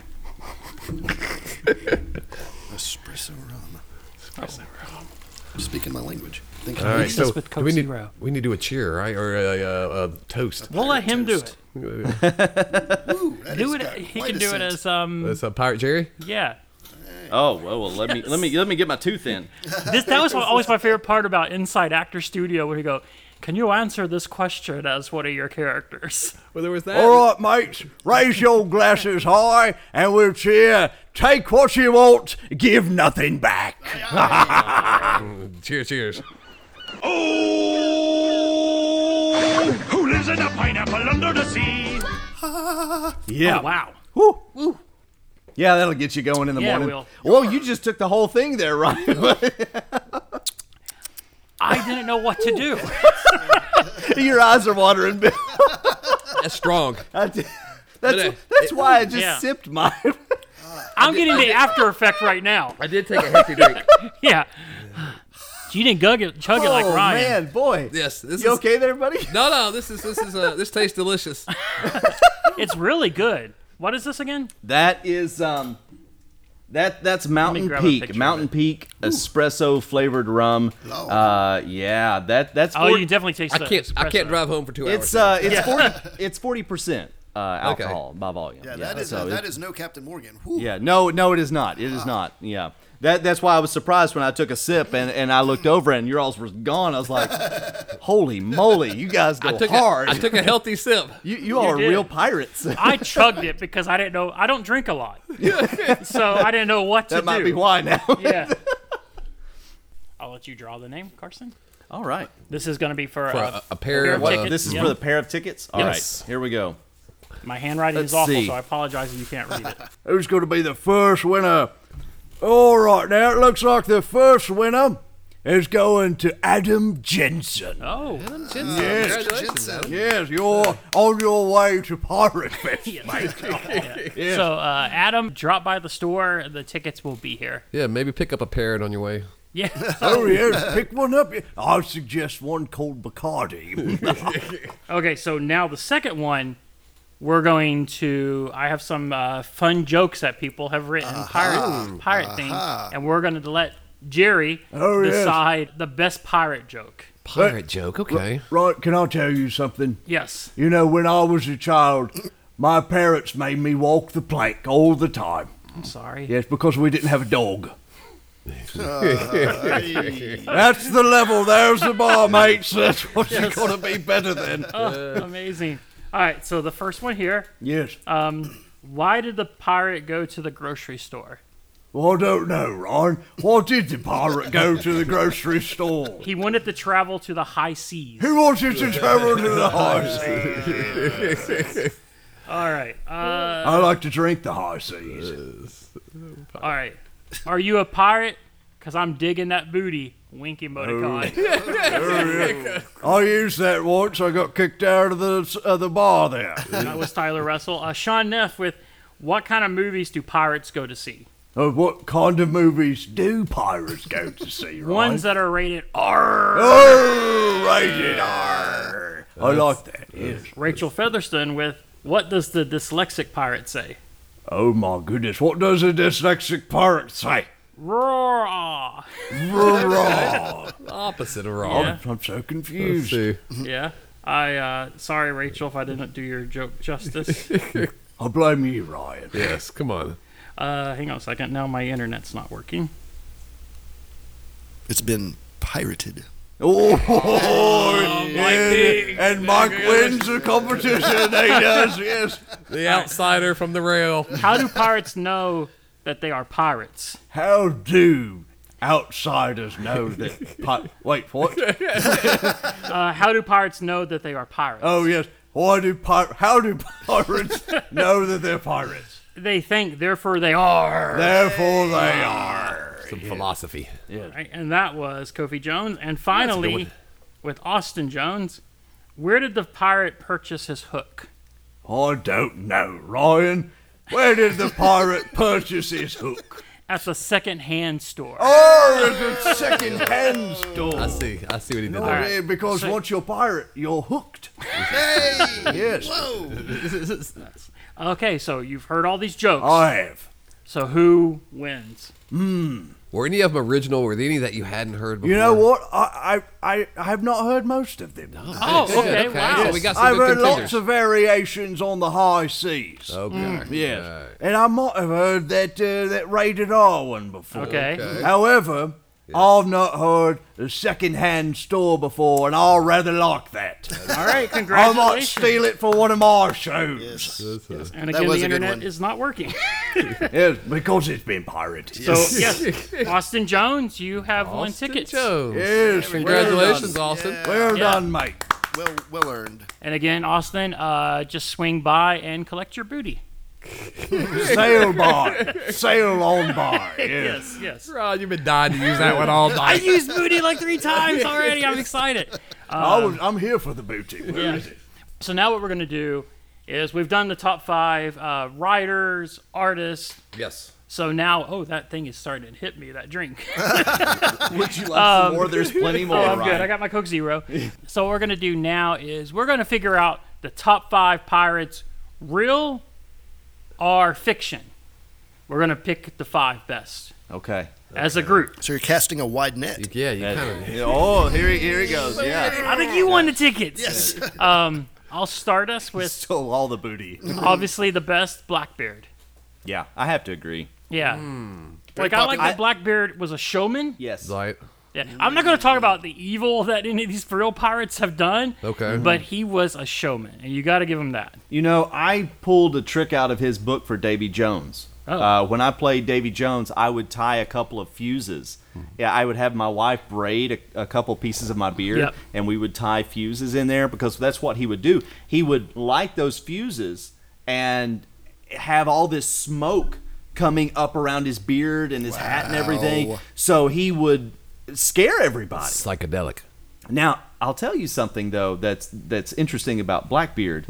espresso rum. I'm speaking my language. Thank All you. right, so with do we Coke need Zero. we need to do a cheer, right, or a, a, a toast. We'll let him do it. Ooh, that Do has it. got He quite can a do it scent. as um. That's a pirate Jerry. Yeah. Oh well, well let me let me let me get my tooth in. This that was always my favorite part about Inside Actor Studio, where you go, "Can you answer this question as one of your characters?" Well, there was that. All right, mates, raise your glasses high and we'll cheer. Take what you want, give nothing back. Cheers, cheers. Oh, who lives in a pineapple under the sea? Yeah. wow. Yeah, that'll get you going in the Yeah, it morning. will. Well, you just took the whole thing there, right? I didn't know what to do. your eyes are watering. Bill. That's strong. I did- But, uh, that's that's why I just yeah. sipped mine. I'm getting the after effect right now. I did take a hefty drink. Yeah. You didn't gug it, chug it like oh Ryan. man, boy. Yes, this You is okay there, buddy? No, no, this is this is uh, this tastes delicious. It's really good. What is this again? That is um that that's Mountain grab a picture Peak. of Mountain Peak espresso flavored rum. Lord. Uh yeah, that that's Oh, for- you definitely taste I the can't I can't espresso. drive home for two hours. It's uh, it's forty, it's forty percent uh, Okay. alcohol by volume. Yeah, that is so that it- is no Captain Morgan. Whew. Yeah, no, no, it is not. It is not. Yeah, That that's why I was surprised when I took a sip and, and I looked over and your alls were gone. I was like, holy moly, you guys go I took, uh, hard. A, I took a healthy sip. you you all are did. real pirates. I chugged it because I didn't know. I don't drink a lot, so I didn't know what to that might do. be why now. Yeah. I'll let you draw the name, Carson. all right. This is going to be for, For uh, a- a pair of, uh, tickets. This is Yeah. for the pair of tickets. All right, Yes. here we go. My handwriting Let's is awful, see. so I apologize if you can't read it. Who's going to be the first winner? All right, now it looks like the first winner is going to Adam Jensen. Oh, Congratulations, Adam. Yes, you're on your way to Pirate Fest. so uh, Adam, drop by the store. The tickets will be here. Yeah, maybe pick up a parrot on your way. Yeah. Oh, yes, pick one up. I suggest one called Bacardi. okay, so now the second one, we're going to. I have some uh, fun jokes that people have written, pirate pirate thing, and we're going to let Jerry Oh, yes. decide the best pirate joke. Pirate joke, okay. right, can I tell you something? Yes. You know, when I was a child, my parents made me walk the plank all the time. I'm sorry. Yes, because we didn't have a dog. That's the level. There's the bar, mates. That's what you're going to be better than. Uh, Amazing. All right, so the first one here. Yes. Why did the pirate go to the grocery store? Well, I don't know, Ron. Why did the pirate go to the grocery store? He wanted to travel to the high seas. He wanted to travel to the high seas. All right. Uh, I like to drink the high seas. all right. Are you a pirate? Because I'm digging that booty. Wink emoticon. I used that once. I got kicked out of the of the bar there. that was Tyler Russell. Uh, Sean Neff with What kind of movies do pirates go to see? Of what kind of movies do pirates go to see? Ron? Ones that are rated R. Oh, rated R. I like that. Yes. Rachel Featherston with What does the dyslexic pirate say? Oh my goodness! What does a dyslexic pirate say? Roar! ah. Hurrah! Opposite of wrong. I'm so Let's confused. see. Yeah. I uh sorry Rachel if I didn't do your joke justice. I blame you, Ryan. Yes, come on. Uh, hang on a second. Now my internet's not working. It's been pirated. Oh, and, and Mike wins the competition. he does, yes. The outsider from the rail. How do pirates know that they are pirates? How do outsiders know that? Pi- wait, what? Uh, how do pirates know that they are pirates? Oh yes. Why do pir- How do pirates know that they're pirates? They think, therefore they are. Therefore, they are. Some philosophy. Right? And that was Kofi Jones. And finally, one. with Austin Jones, where did the pirate purchase his hook? I don't know, Ryan. Where did the pirate purchase his hook? At the second-hand store. Oh, it's a second-hand store. I see. I see what he did Oh, yeah, because once you're a pirate, you're hooked. Hey! Yes, there. Okay, so you've heard all these jokes. I have. so who wins? were any of them original? Were there any that you hadn't heard before? You know what? I I, I, I have not heard most of them. Oh, okay, Okay, wow. so we got some I've good heard contenders. lots of variations on the high seas. Okay. Yes, Right. and I might have heard that uh, that rated R one before. okay. However, I've not heard the second-hand store before, and I rather like that. All right, I might congratulations. steal it for one of my shows. Yes, and again, was the a good internet one. is not working. because it's been pirated. So yes, Austin Jones, you have won tickets. Jones. Yes, Congratulations, Well Austin. done, well Yeah. done mate. Well, well earned. And again, Austin, uh, just swing by and collect your booty. Sail by. Sail on by. Yes. Yes, yes. Rod, you've been dying to use that one all I night. used booty like three times already. I'm excited. I Um, was, I'm here for the booty. Where is yeah. it? So now what we're gonna do is we've done the top five uh, writers, artists. yes. So now, oh, that thing is starting to hit me. That drink. Would you like some more? There's plenty more. Oh, I'm Ryan. good. I got my Coke Zero. so what we're gonna do now is we're gonna figure out the top five pirates, real or fiction. We're gonna pick the five best Okay. as a group. So you're casting a wide net. Yeah, you kind of. Oh, here he, here he goes. Yeah. I think you won the tickets. Yes. Um, I'll start us with Oh, Stole all the booty. obviously the best Blackbeard. Yeah, I have to agree. Yeah. Like Hmm. I like that Blackbeard was a showman. Yes. Right. Yeah. I'm not going to talk about the evil that any of these real pirates have done. Okay. But he was a showman, and you got to give him that. You know, I pulled a trick out of his book for Davy Jones. Oh. Uh, when I played Davy Jones, I would tie a couple of fuses. Hmm. Yeah, I would have my wife braid a, a couple pieces of my beard, Yep. and we would tie fuses in there because that's what he would do. He would light those fuses and have all this smoke coming up around his beard and his hat and everything. So he would scare everybody. Psychedelic. Now, I'll tell you something though that's that's interesting about Blackbeard.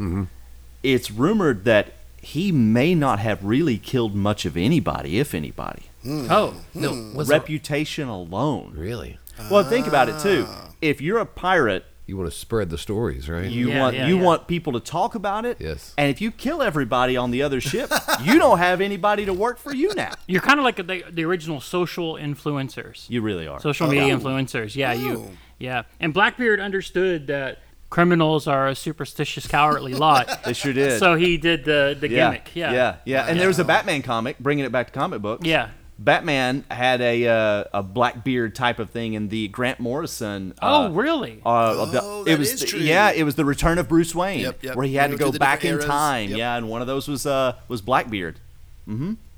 It's rumored that he may not have really killed much of anybody, if anybody. Oh. Hmm. No. Was it Reputation alone. really? Well, think about it too. If you're a pirate, You want to spread the stories, right? you Yeah, want yeah, you yeah. want people to talk about it. Yes. And if you kill everybody on the other ship, you don't have anybody to work for you now. You're kind of like the, the original social influencers. You really are. social media influencers. Yeah, Oh. you. Yeah, and Blackbeard understood that criminals are a superstitious, cowardly lot. they sure did. So he did the the yeah, gimmick. Yeah. yeah, yeah. And there was a Batman comic, bringing it back to comic books. Yeah. Batman had a uh, a black beard type of thing in the Grant Morrison. Oh, Uh, really? uh, the- Oh, it that was is the- true. yeah, it was the Return of Bruce Wayne, Yep, yep. where he had They to go through go the back in different eras. time. Yep. Yeah, and one of those was uh was Blackbeard.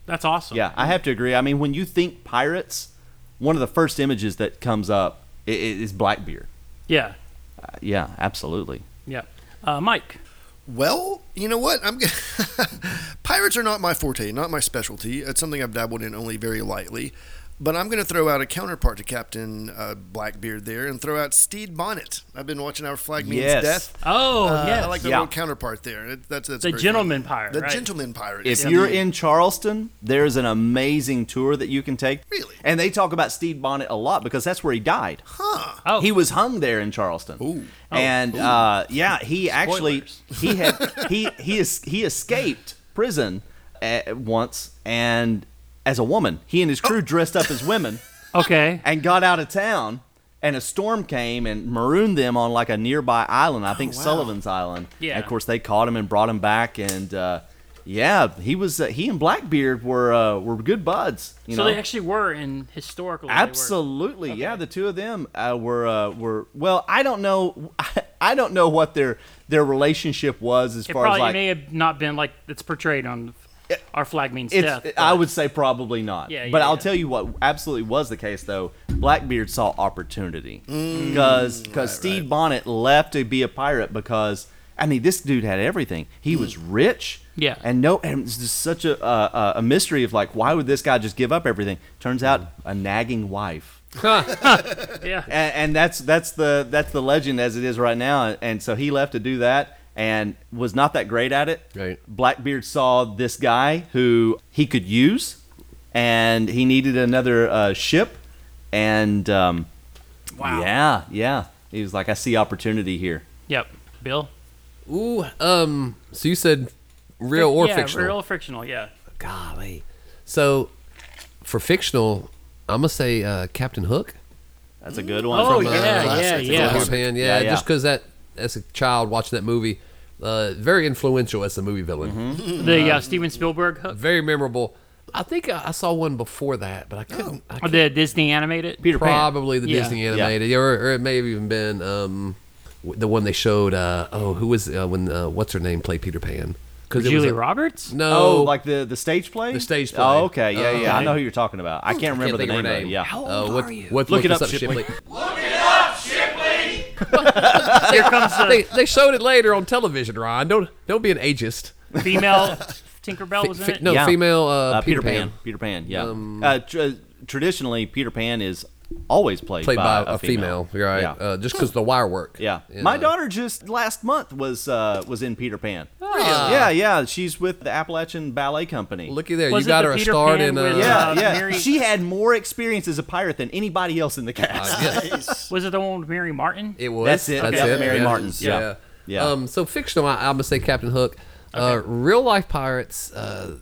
That's awesome. Yeah, I have to agree. I mean, when you think pirates, one of the first images that comes up i- i- is Blackbeard. Yeah. Uh, yeah, absolutely. Yeah. Uh, Mike. Well, you know what? I'm gonna pirates are not my forte, not my specialty. It's something I've dabbled in only very lightly. But I'm going to throw out a counterpart to Captain uh, Blackbeard there, and throw out Steed Bonnet. I've been watching Our Flag Means Yes. Death. Oh, Uh, yes. I like the Yeah. little counterpart there. It, that's that's The very gentleman funny. pirate, The right? gentleman pirate. If you're in Charleston, there's an amazing tour that you can take. Really? And they talk about Steve Bonnet a lot because that's where he died. huh? Oh. He was hung there in Charleston. Ooh. And Uh, yeah, he actually he had he he is he escaped prison uh, once and as a woman. He and his crew dressed up as women okay. and got out of town and a storm came and marooned them on like a nearby island i think sullivan's island Yeah. and of course they caught him and brought him back and uh, yeah he was uh, he and blackbeard were uh, were good buds you so know they actually were in historical. they were- absolutely yeah the two of them uh, were uh, were well i don't know i don't know what their their relationship was as It far as probably like may have not been like it's portrayed on our flag means It's, death. I but- would say probably not. Yeah, but yeah, I'll yeah. tell you what absolutely was the case though. Blackbeard saw opportunity because Steve Bonnet left to be a pirate because I mean this dude had everything. He was rich. Mm. Yeah. and no, and it's just such a uh, a mystery of like why would this guy just give up everything? Turns out Mm. a nagging wife. yeah. And, and that's that's the that's the legend as it is right now. And so he left to do that and was not that great at it. Right. Blackbeard saw this guy who he could use, and he needed another uh, ship. And um, Wow. yeah, yeah, he was like, I see opportunity here. Yep. Bill. Ooh. Um. So you said real or yeah, fictional? Real or fictional? Yeah. Golly. So for fictional, I'm gonna say uh, Captain Hook. That's a good one. Oh from, uh, yeah, classic yeah, to yeah. classic. Pan, Yeah, yeah, yeah. just because that as a child watching that movie, uh, very influential as a movie villain, Hmm. The uh, Steven Spielberg hook. very memorable. I think I I saw one before that, but I couldn't. I Or the Disney animated. Peter Pan. probably the Yeah. Disney animated, or, or it may have even been um, w- the one they showed. Uh, oh, who was uh, when uh, what's her name played Peter Pan? Because Julia Roberts. No, Oh, like the the stage play. The stage play. Oh, okay, yeah, Okay. yeah. I know who you're talking about. I can't I can't remember think the of name. her Of it. name. Yeah. Uh, what, are you? What, Look it this up, Shipley. Here comes they, the they showed it later on television. Ron, don't don't be an ageist. female Tinkerbell Fe- was in fe- it. no, Yeah. female uh, Uh, Peter, Pan. Um, Peter Pan. Yeah. uh, tr- traditionally, Peter Pan is always played, played by, by, a female, right? Yeah. Uh, just because the wire work. Yeah. And, My uh, daughter just last month was uh, was in Peter Pan. Ah. Yeah, yeah. She's with the Appalachian Ballet Company. Looky there, Was you it got the her a Peter start Pan in. Uh, with, yeah, uh, yeah. Mary- She had more experience as a pirate than anybody else in the cast. Was it the one with Mary Martin? It was. That's it. That's Yeah, it. Mary yeah. Martin. Yeah. Yeah. Um, so fictional, I, I'm gonna say Captain Hook. Uh, real life pirates, uh,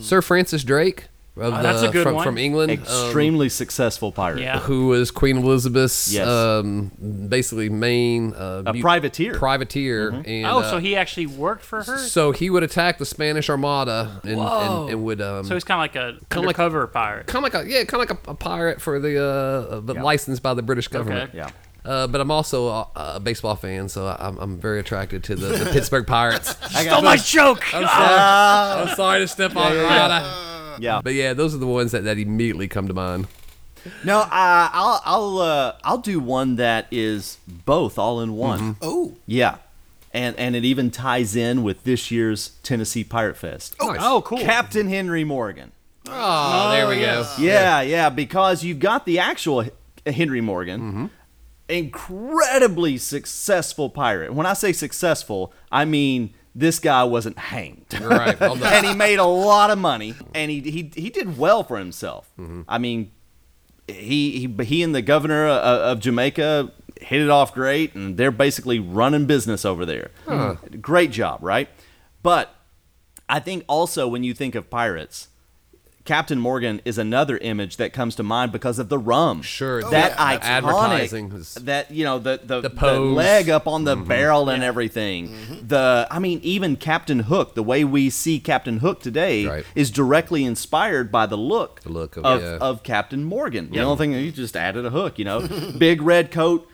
Sir Francis Drake. of Oh, that's the- a good from, one. from England. um, Extremely successful pirate. Yeah. who was Queen Elizabeth's Yes. um, basically main uh, A mu- privateer. Mm-hmm. privateer and Oh, uh, so he actually worked for her. So, so he would attack the Spanish Armada and, and, and would um, he's kind of like a Kinda like- undercover pirate. kind of like a yeah, kind of like a, a pirate for the uh, but licensed by the British government. Yeah. Uh, but I'm also a, a baseball fan, so I- I'm, I'm very attracted to the, the Pittsburgh Pirates. I'm Stole my joke. sorry, Oh, I'm sorry to step on Rada. Yeah. But yeah, those are the ones that, that immediately come to mind. No, uh, I'll I'll uh, I'll do one that is both all in one. Mm-hmm. Oh, Yeah, and and it even ties in with this year's Tennessee Pirate Fest. Oh, cool. Captain Henry Morgan. Oh, there we go. Yeah, yeah, because you've got the actual H- Henry Morgan, Mm-hmm. incredibly successful pirate. When I say successful, I mean this guy wasn't hanged. You're right. Well done. and he made a lot of money, and he he, he did well for himself. Mm-hmm. I mean, he he he and the governor uh, of, of Jamaica hit it off great, and they're basically running business over there. Great job, right? But I think also when you think of pirates. Captain Morgan is another image that comes to mind because of the rum. Sure, Oh, that yeah. iconic, The advertising is- that you know the the, the, pose. leg up on the Mm-hmm. barrel and everything. The I mean, even Captain Hook, the way we see Captain Hook today, Right. is directly inspired by the look, The look of- of, yeah. of Captain Morgan. The only thing that he just added a hook, you know, big red coat,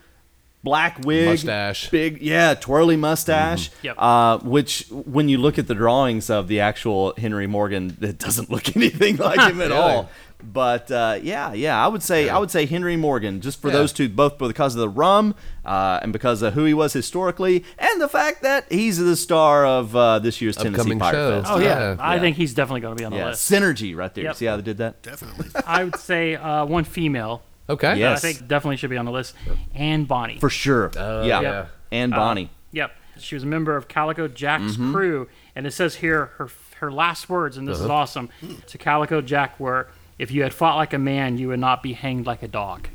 black wig, Mustache. big yeah, twirly mustache. Mm-hmm. Yep. Uh, which when you look at the drawings of the actual Henry Morgan, it doesn't look anything like him at Really? all. But uh, yeah, yeah, I would say I would say Henry Morgan just for Yeah. those two, both because of the rum uh, and because of who he was historically, and the fact that he's the star of uh, this year's Tennessee Upcoming Pirate show. Fest. Oh yeah. Yeah. I think he's definitely going to be on the Yeah, list. synergy right there. Yep. See how they did that? definitely. I would say uh, one female. Okay. Yeah. that Yes. I think definitely should be on the list. And Bonnie. For sure. yeah. Oh, yeah. and Uh, Bonnie. Yep. She was a member of Calico Jack's Mm-hmm. crew, and it says here her her last words, and this Uh-huh. is awesome, to Calico Jack were, "If you had fought like a man, you would not be hanged like a dog."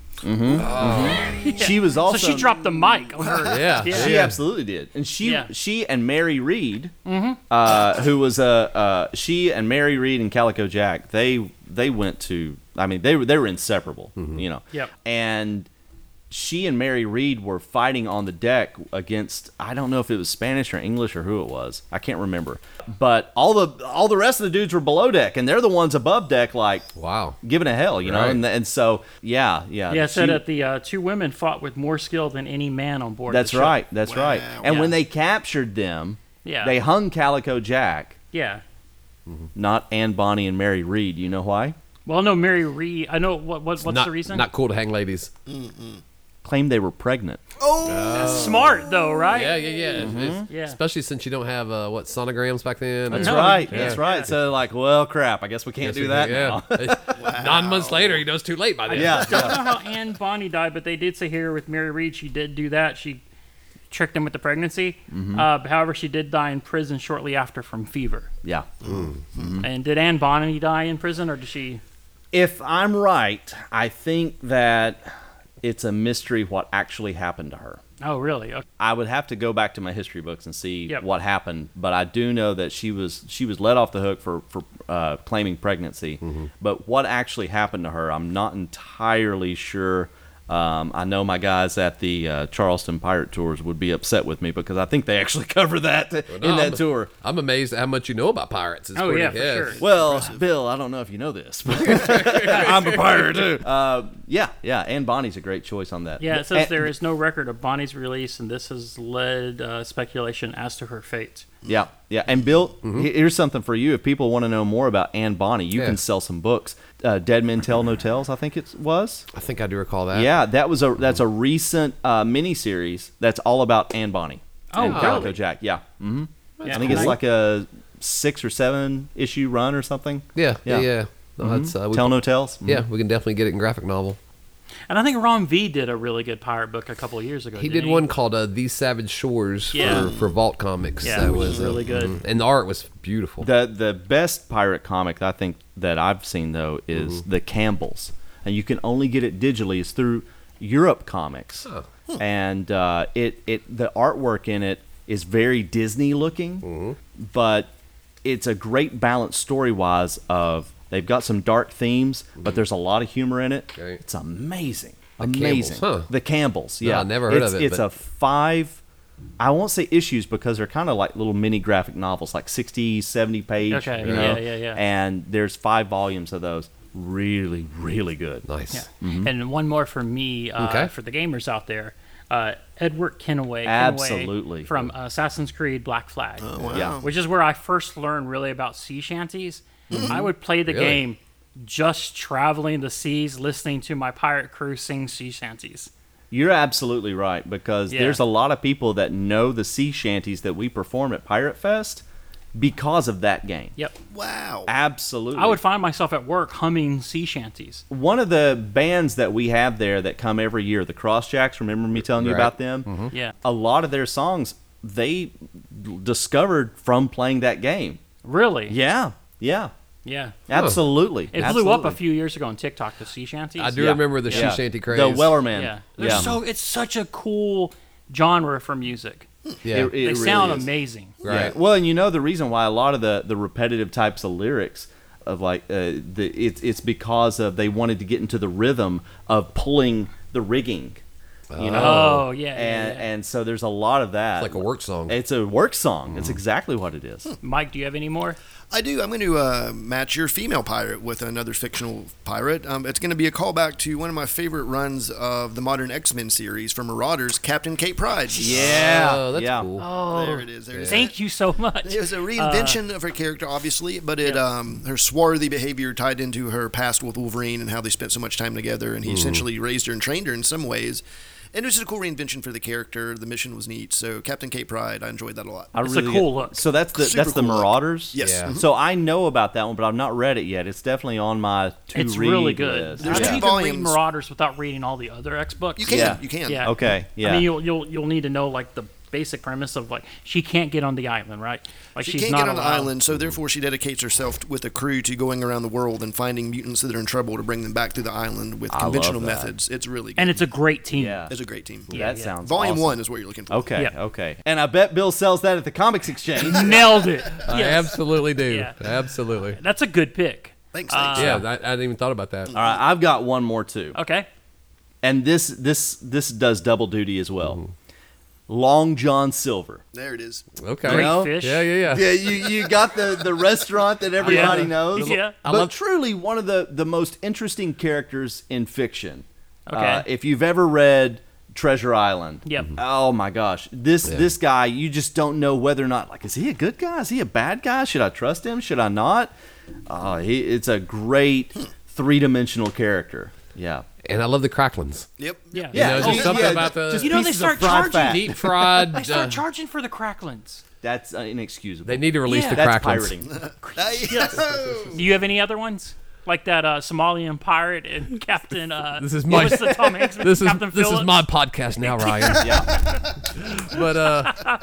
She was also So she dropped the mic on her. Yeah. She absolutely did, and she Yeah. Mm-hmm. she and Mary Reed, uh, who was a uh, she and Mary Reed and Calico Jack, they they went to. I mean, they were they were inseparable, Mm-hmm. you know. Yep. And she and Mary Reed were fighting on the deck against I don't know if it was Spanish or English or who it was. I can't remember. But all the all the rest of the dudes were below deck, and they're the ones above deck, like Wow. giving a hell, you know. Right. And, and so yeah, yeah, Yeah, it said she- that the uh, two women fought with more skill than any man on board. That's the ship. right. That's right. And Yeah. when they captured them, Yeah. they hung Calico Jack, Yeah. not Anne Bonnie and Mary Reed. You know why? Well, no, Mary Reed. I know what. what what's not, the reason? Not cool to hang ladies. Claimed they were pregnant. Smart though, right? Yeah, yeah, yeah. It's- Yeah. Mm-hmm. Especially since you don't have uh, what sonograms back then. That's No, right. you That's can't. right. So like, well, crap. I guess we can't do that. now. Yeah. Nine months later, you know it's too late by then. Yeah. I don't know how Anne Bonnie died, but they did say here with Mary Reed, she did do that. She tricked him with the pregnancy. Uh, but however, she did die in prison shortly after from fever. yeah. And did Anne Bonnie die in prison, or did she? If I'm right, I think that it's a mystery what actually happened to her. Oh, really? Okay. I would have to go back to my history books and see Yep. what happened, but I do know that she was she was let off the hook for for uh, claiming pregnancy. But what actually happened to her, I'm not entirely sure. Um, I know my guys at the uh, Charleston Pirate Tours would be upset with me because I think they actually cover that in that I'm- tour. I'm amazed at how much you know about pirates. It's Oh, pretty- yeah, for sure. Well, Bill, I don't know if you know this. I'm a pirate too. Uh, yeah, yeah, and Bonnie's a great choice on that. Yeah, it says And- there is no record of Bonnie's release, and this has led uh, speculation as to her fate. Yeah, yeah. And Bill, he- here's something for you. If people want to know more about Anne Bonny, you Mm-hmm. Yeah. can sell some books. Uh, Dead Men Tell No Tales, I think it was. I think I do recall that. Yeah, that was a mm-hmm. that's a recent uh, miniseries that's all about Anne Bonny. Oh, and Calico really? Jack. Yeah, hmm Yeah, I think it's like a six or seven issue run or something. Yeah. Yeah. Yeah. yeah. No, that's, uh, we, Tell No Tales. Mhm. Yeah, we can definitely get it in graphic novel. And I think Ron V did a really good pirate book a couple of years ago. He didn't did one called uh, "These Savage Shores" Yeah. for, for Vault Comics. Yeah, that which is uh, really good. mhm. and the art was beautiful. The the best pirate comic I think that I've seen though is Mm-hmm. the Campbells, and you can only get it digitally. It's through Europe Comics, Oh. and uh, it it the artwork in it is very Mm-hmm. Disney looking, but it's a great balance story wise of They've got some dark themes, but there's a lot of humor in it. Great. It's amazing. Mm-hmm. Campbells, amazing. huh? The Campbells. No, Yeah. I never heard it's, of it, It's but- a five I won't say issues because they're kind of like little mini graphic novels, like 60, 70 page. Okay, you yeah, know? yeah, yeah. And there's five volumes of those. Really, really good. Nice. And one more for me, uh, Okay. for the gamers out there, uh, Edward Kenaway, Kenaway Absolutely. from Assassin's Creed Black Flag, Yeah. which is where I first learned really about sea shanties. I would play the Really? game just traveling the seas, listening to my pirate crew sing sea shanties. You're absolutely right because Yeah. there's a lot of people that know the sea shanties that we perform at Pirate Fest because of that game. Yep, Wow. Absolutely. I would find myself at work humming sea shanties. One of the bands that we have there that come every year, the Crossjacks, remember me telling you Right. Mm-hmm. about them? Yeah, A lot of their songs they discovered from playing that game. really. Yeah. Yeah. yeah. Absolutely. It blew up a few years ago on TikTok. The sea shanties. I do Yeah. remember the Yeah. she shanty craze. The Wellerman. Yeah, they're Yeah. so it's such a cool genre for music. yeah. It- it they sound really is. amazing. right. Yeah. Well, and you know the reason why a lot of the the repetitive types of lyrics of like uh, the it's it's because of they wanted to get into the rhythm of pulling the rigging. You know, Oh, yeah, yeah, and yeah. and so there's a lot of that. It's like a work song. It's a work song. It's exactly what it is. Mike, do you have any more? I do. I'm going to uh, match your female pirate with another fictional pirate. Um, it's going to be a callback to one of my favorite runs of the modern X Men series from Marauders, Captain Kate Pride. Yeah, Oh, that's yeah. cool. there it is. There it is. Thank you so much. It was a Uh, reinvention of her character, obviously, but it um, her swarthy behavior tied into her past with Wolverine and how they spent so much time together, and he Mm-hmm. essentially raised her and trained her in some ways. And it was just a cool reinvention for the character. The mission was neat. So Captain Kate Pride, I enjoyed that a lot. I It's a cool look. uh, So that's the Super that's the cool look. Marauders. Yes. Yeah. So I know about that one, but I've not read it yet. It's definitely on my to It's read really good. list. I There's mean, two you can read volumes. Marauders without reading all the other X books. You can, Yeah. you can. Yeah. Okay, yeah. I mean, you'll you'll you'll need to know like the basic premise of like she can't get on the island, right? Like She she's can't not get on allowed- the island, Mm-hmm. so therefore she dedicates herself t- with a crew to going around the world and finding mutants that are in trouble to bring them back to the island with love conventional that. methods. It's really good. And it's a great team. Yeah. it's a great team. that sounds Volume awesome. one is what you're looking for. Okay, Yeah. okay. And I bet Bill sells that at the Comics Exchange. Nailed it. I Yes. absolutely do. Yeah. Uh, Absolutely. That's a good pick. Thanks. thanks. Uh, yeah, I, I hadn't even thought about that. All right, I've got one more too. Okay. and this this this does double duty as well. Long John Silver. There it is. Okay. Great know? fish. Yeah, yeah, yeah. Yeah, you, you got the, the restaurant that everybody Yeah. knows. Yeah. but truly one of the, the most interesting characters in fiction. Uh, Okay. if you've ever read Treasure Island, Yep. Oh my gosh, this this guy you just don't know whether or not like is he a good guy? Is he a bad guy? Should I trust him? Should I not? Uh, he, it's a great three dimensional character. Yeah. And I love the cracklins. Yep. Yeah. Yeah, there's just- something about the- just You know, they pieces of start fried charging fat. Deep fried. They start uh, charging for the cracklins. That's uh, inexcusable. they need to release Yeah. the That's cracklins. pirating. Do you have any other ones like that uh, Somalian pirate and Captain? Uh, This is what my- was the Tom Hanks This is Captain this is Phillips? my podcast now, Ryan. yeah. but uh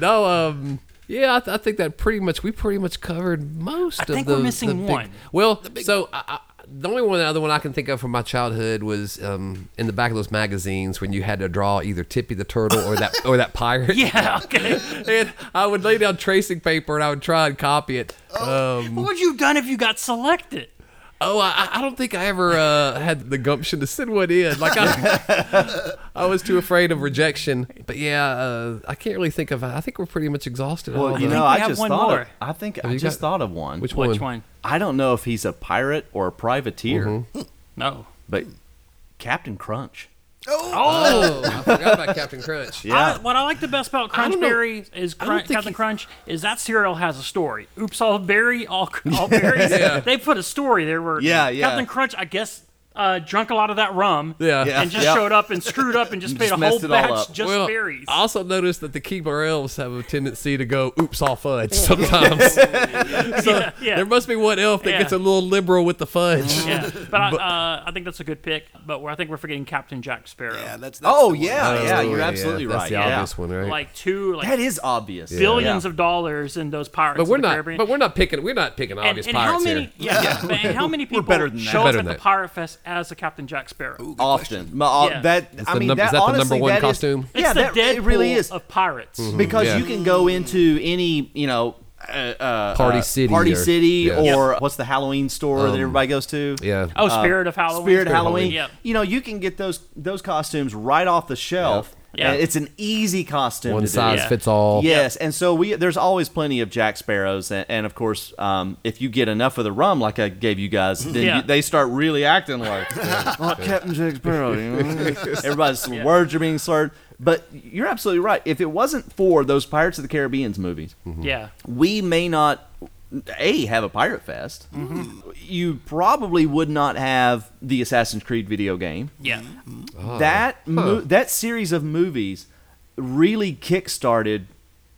no um yeah I, th- I think that pretty much we pretty much covered most of think the we're missing the big- one. well so I, I, the only one other one i can think of from my childhood was um in the back of those magazines when you had to draw either tippy the turtle or that or that pirate Yeah. Okay. and i would lay down tracing paper and i would try and copy it um what would you have done if you got selected? Oh, I, I don't think I ever uh, had the gumption to send one in. Like I, I was too afraid of rejection. But yeah, uh, I can't really think of. I think we're pretty much exhausted. on all Well, you the- know, we I have just one thought. more. Of, I think I you got- just thought of one. which one? Which one? I don't know if he's a pirate or a privateer, No. but Captain Crunch. Oh, I forgot about Captain Crunch. I, what I like the best about I don't know. Crunchberry is I don't Crunch, think Captain he- Crunch is that cereal has a story. Oops, all berry, all, all berries. They put a story there where Yeah, yeah. Captain Crunch, I guess, uh, drunk a lot of that rum. Yeah. Yeah. And just Yeah. showed up and screwed up and just made Just a whole messed it all batch up. just well, berries. I also noticed that the Keebler elves have a tendency to go oops all fudge sometimes. so yeah. there must be one elf that Yeah. gets a little liberal with the Mm-hmm. fudge. yeah, but, I, uh, I think that's a good pick. But we're, I think we're forgetting Captain Jack Sparrow. Yeah, that's, that's Oh the one. yeah, yeah, you're yeah, absolutely that's right. the yeah. obvious one, right? like two, like That is obvious. billions of dollars in those pirates. but we're of the not. Caribbean. But we're not picking. We're not picking obvious how pirates many? here. Yeah, but- and how many people better than that. show Better up than at that. the Pirate Fest as a Captain Jack Sparrow? often. Ma- uh, Yeah. That I the mean, num- that, is that the honestly, number one that is- costume? It's yeah, the that, Deadpool it really is of pirates. because Yeah. you can go into any you know uh, uh, Party uh, City Party or- City, yes. or what's the Halloween store that everybody goes to? Yeah. Oh, Spirit of Halloween. Uh, Spirit Halloween. Yep. You know, you can get those those costumes right off the shelf. Yeah. And It's an easy costume. One to do. size Yeah. fits all. Yes, and so we there's always plenty of Jack Sparrows, and, and of course, um, if you get enough of the rum, like I gave you guys, then Yeah. you, they start really acting like "Oh, Captain Jack Sparrow. You know? Everybody's words are being slurred, but you're absolutely right. If it wasn't for those Pirates of the Caribbean's movies, Yeah. we may not a have a pirate fest. You probably would not have the Assassin's Creed video game Yeah. Mm-hmm. Oh. that mo- that series of movies really kickstarted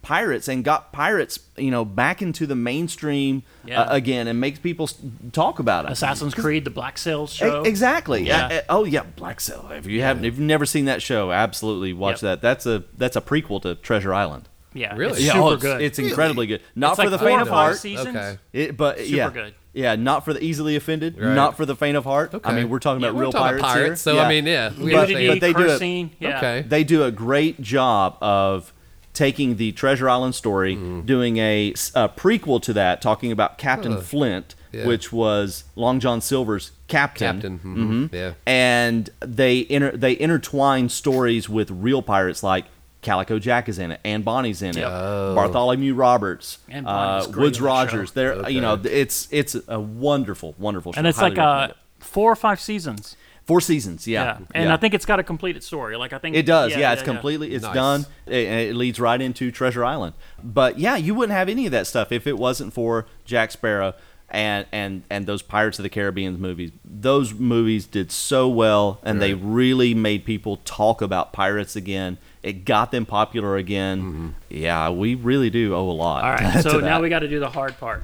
pirates and got pirates you know back into the mainstream Yeah. uh, again and makes people s- talk about it. Assassin's Creed, the Black Sails E- show. exactly. Yeah. I- I- oh yeah, Black Sail. If you haven't, if you've never seen that show, absolutely watch Yep. that. That's a that's a prequel to Treasure Island. Yeah. Really? It's Yeah, super oh, it's, good. It's incredibly good. Not It's for like the four faint or of five heart. Seasons. Okay. It, but Super yeah, good. yeah, not for the easily offended, Right. not for the faint of heart. I Okay. mean, we're talking Yeah, about we're real talking pirates, about here. pirates, so, I mean, yeah, we but, understand. Nudity, but they do it. cursing, Yeah. Okay. They do a great job of taking the Treasure Island story, Mm-hmm. doing a, s- a prequel to that, talking about Captain Flint, Yeah. which was Long John Silver's captain. Mm-hmm. Captain. hmm Yeah. And they inter- they intertwine stories with real pirates like Calico Jack is in it, and Bonnie's in it, Yep. Oh. Bartholomew Roberts, And Bonnie's uh, great Woods in that show. Rogers. They're you know th- it's it's a wonderful wonderful show. And it's Highly like recommend uh, it. four or five seasons. four seasons. Yeah, And Yeah. I think it's got a completed story. Like I think It does, yeah. it's yeah. completely, it's Nice. done. It, and it leads right into Treasure Island. But yeah, you wouldn't have any of that stuff if it wasn't for Jack Sparrow and and and those Pirates of the Caribbean movies. Those movies did so well, and they really made people talk about pirates again. It got them popular again. Yeah, we really do owe a lot. All right. So now we got to do the hard part.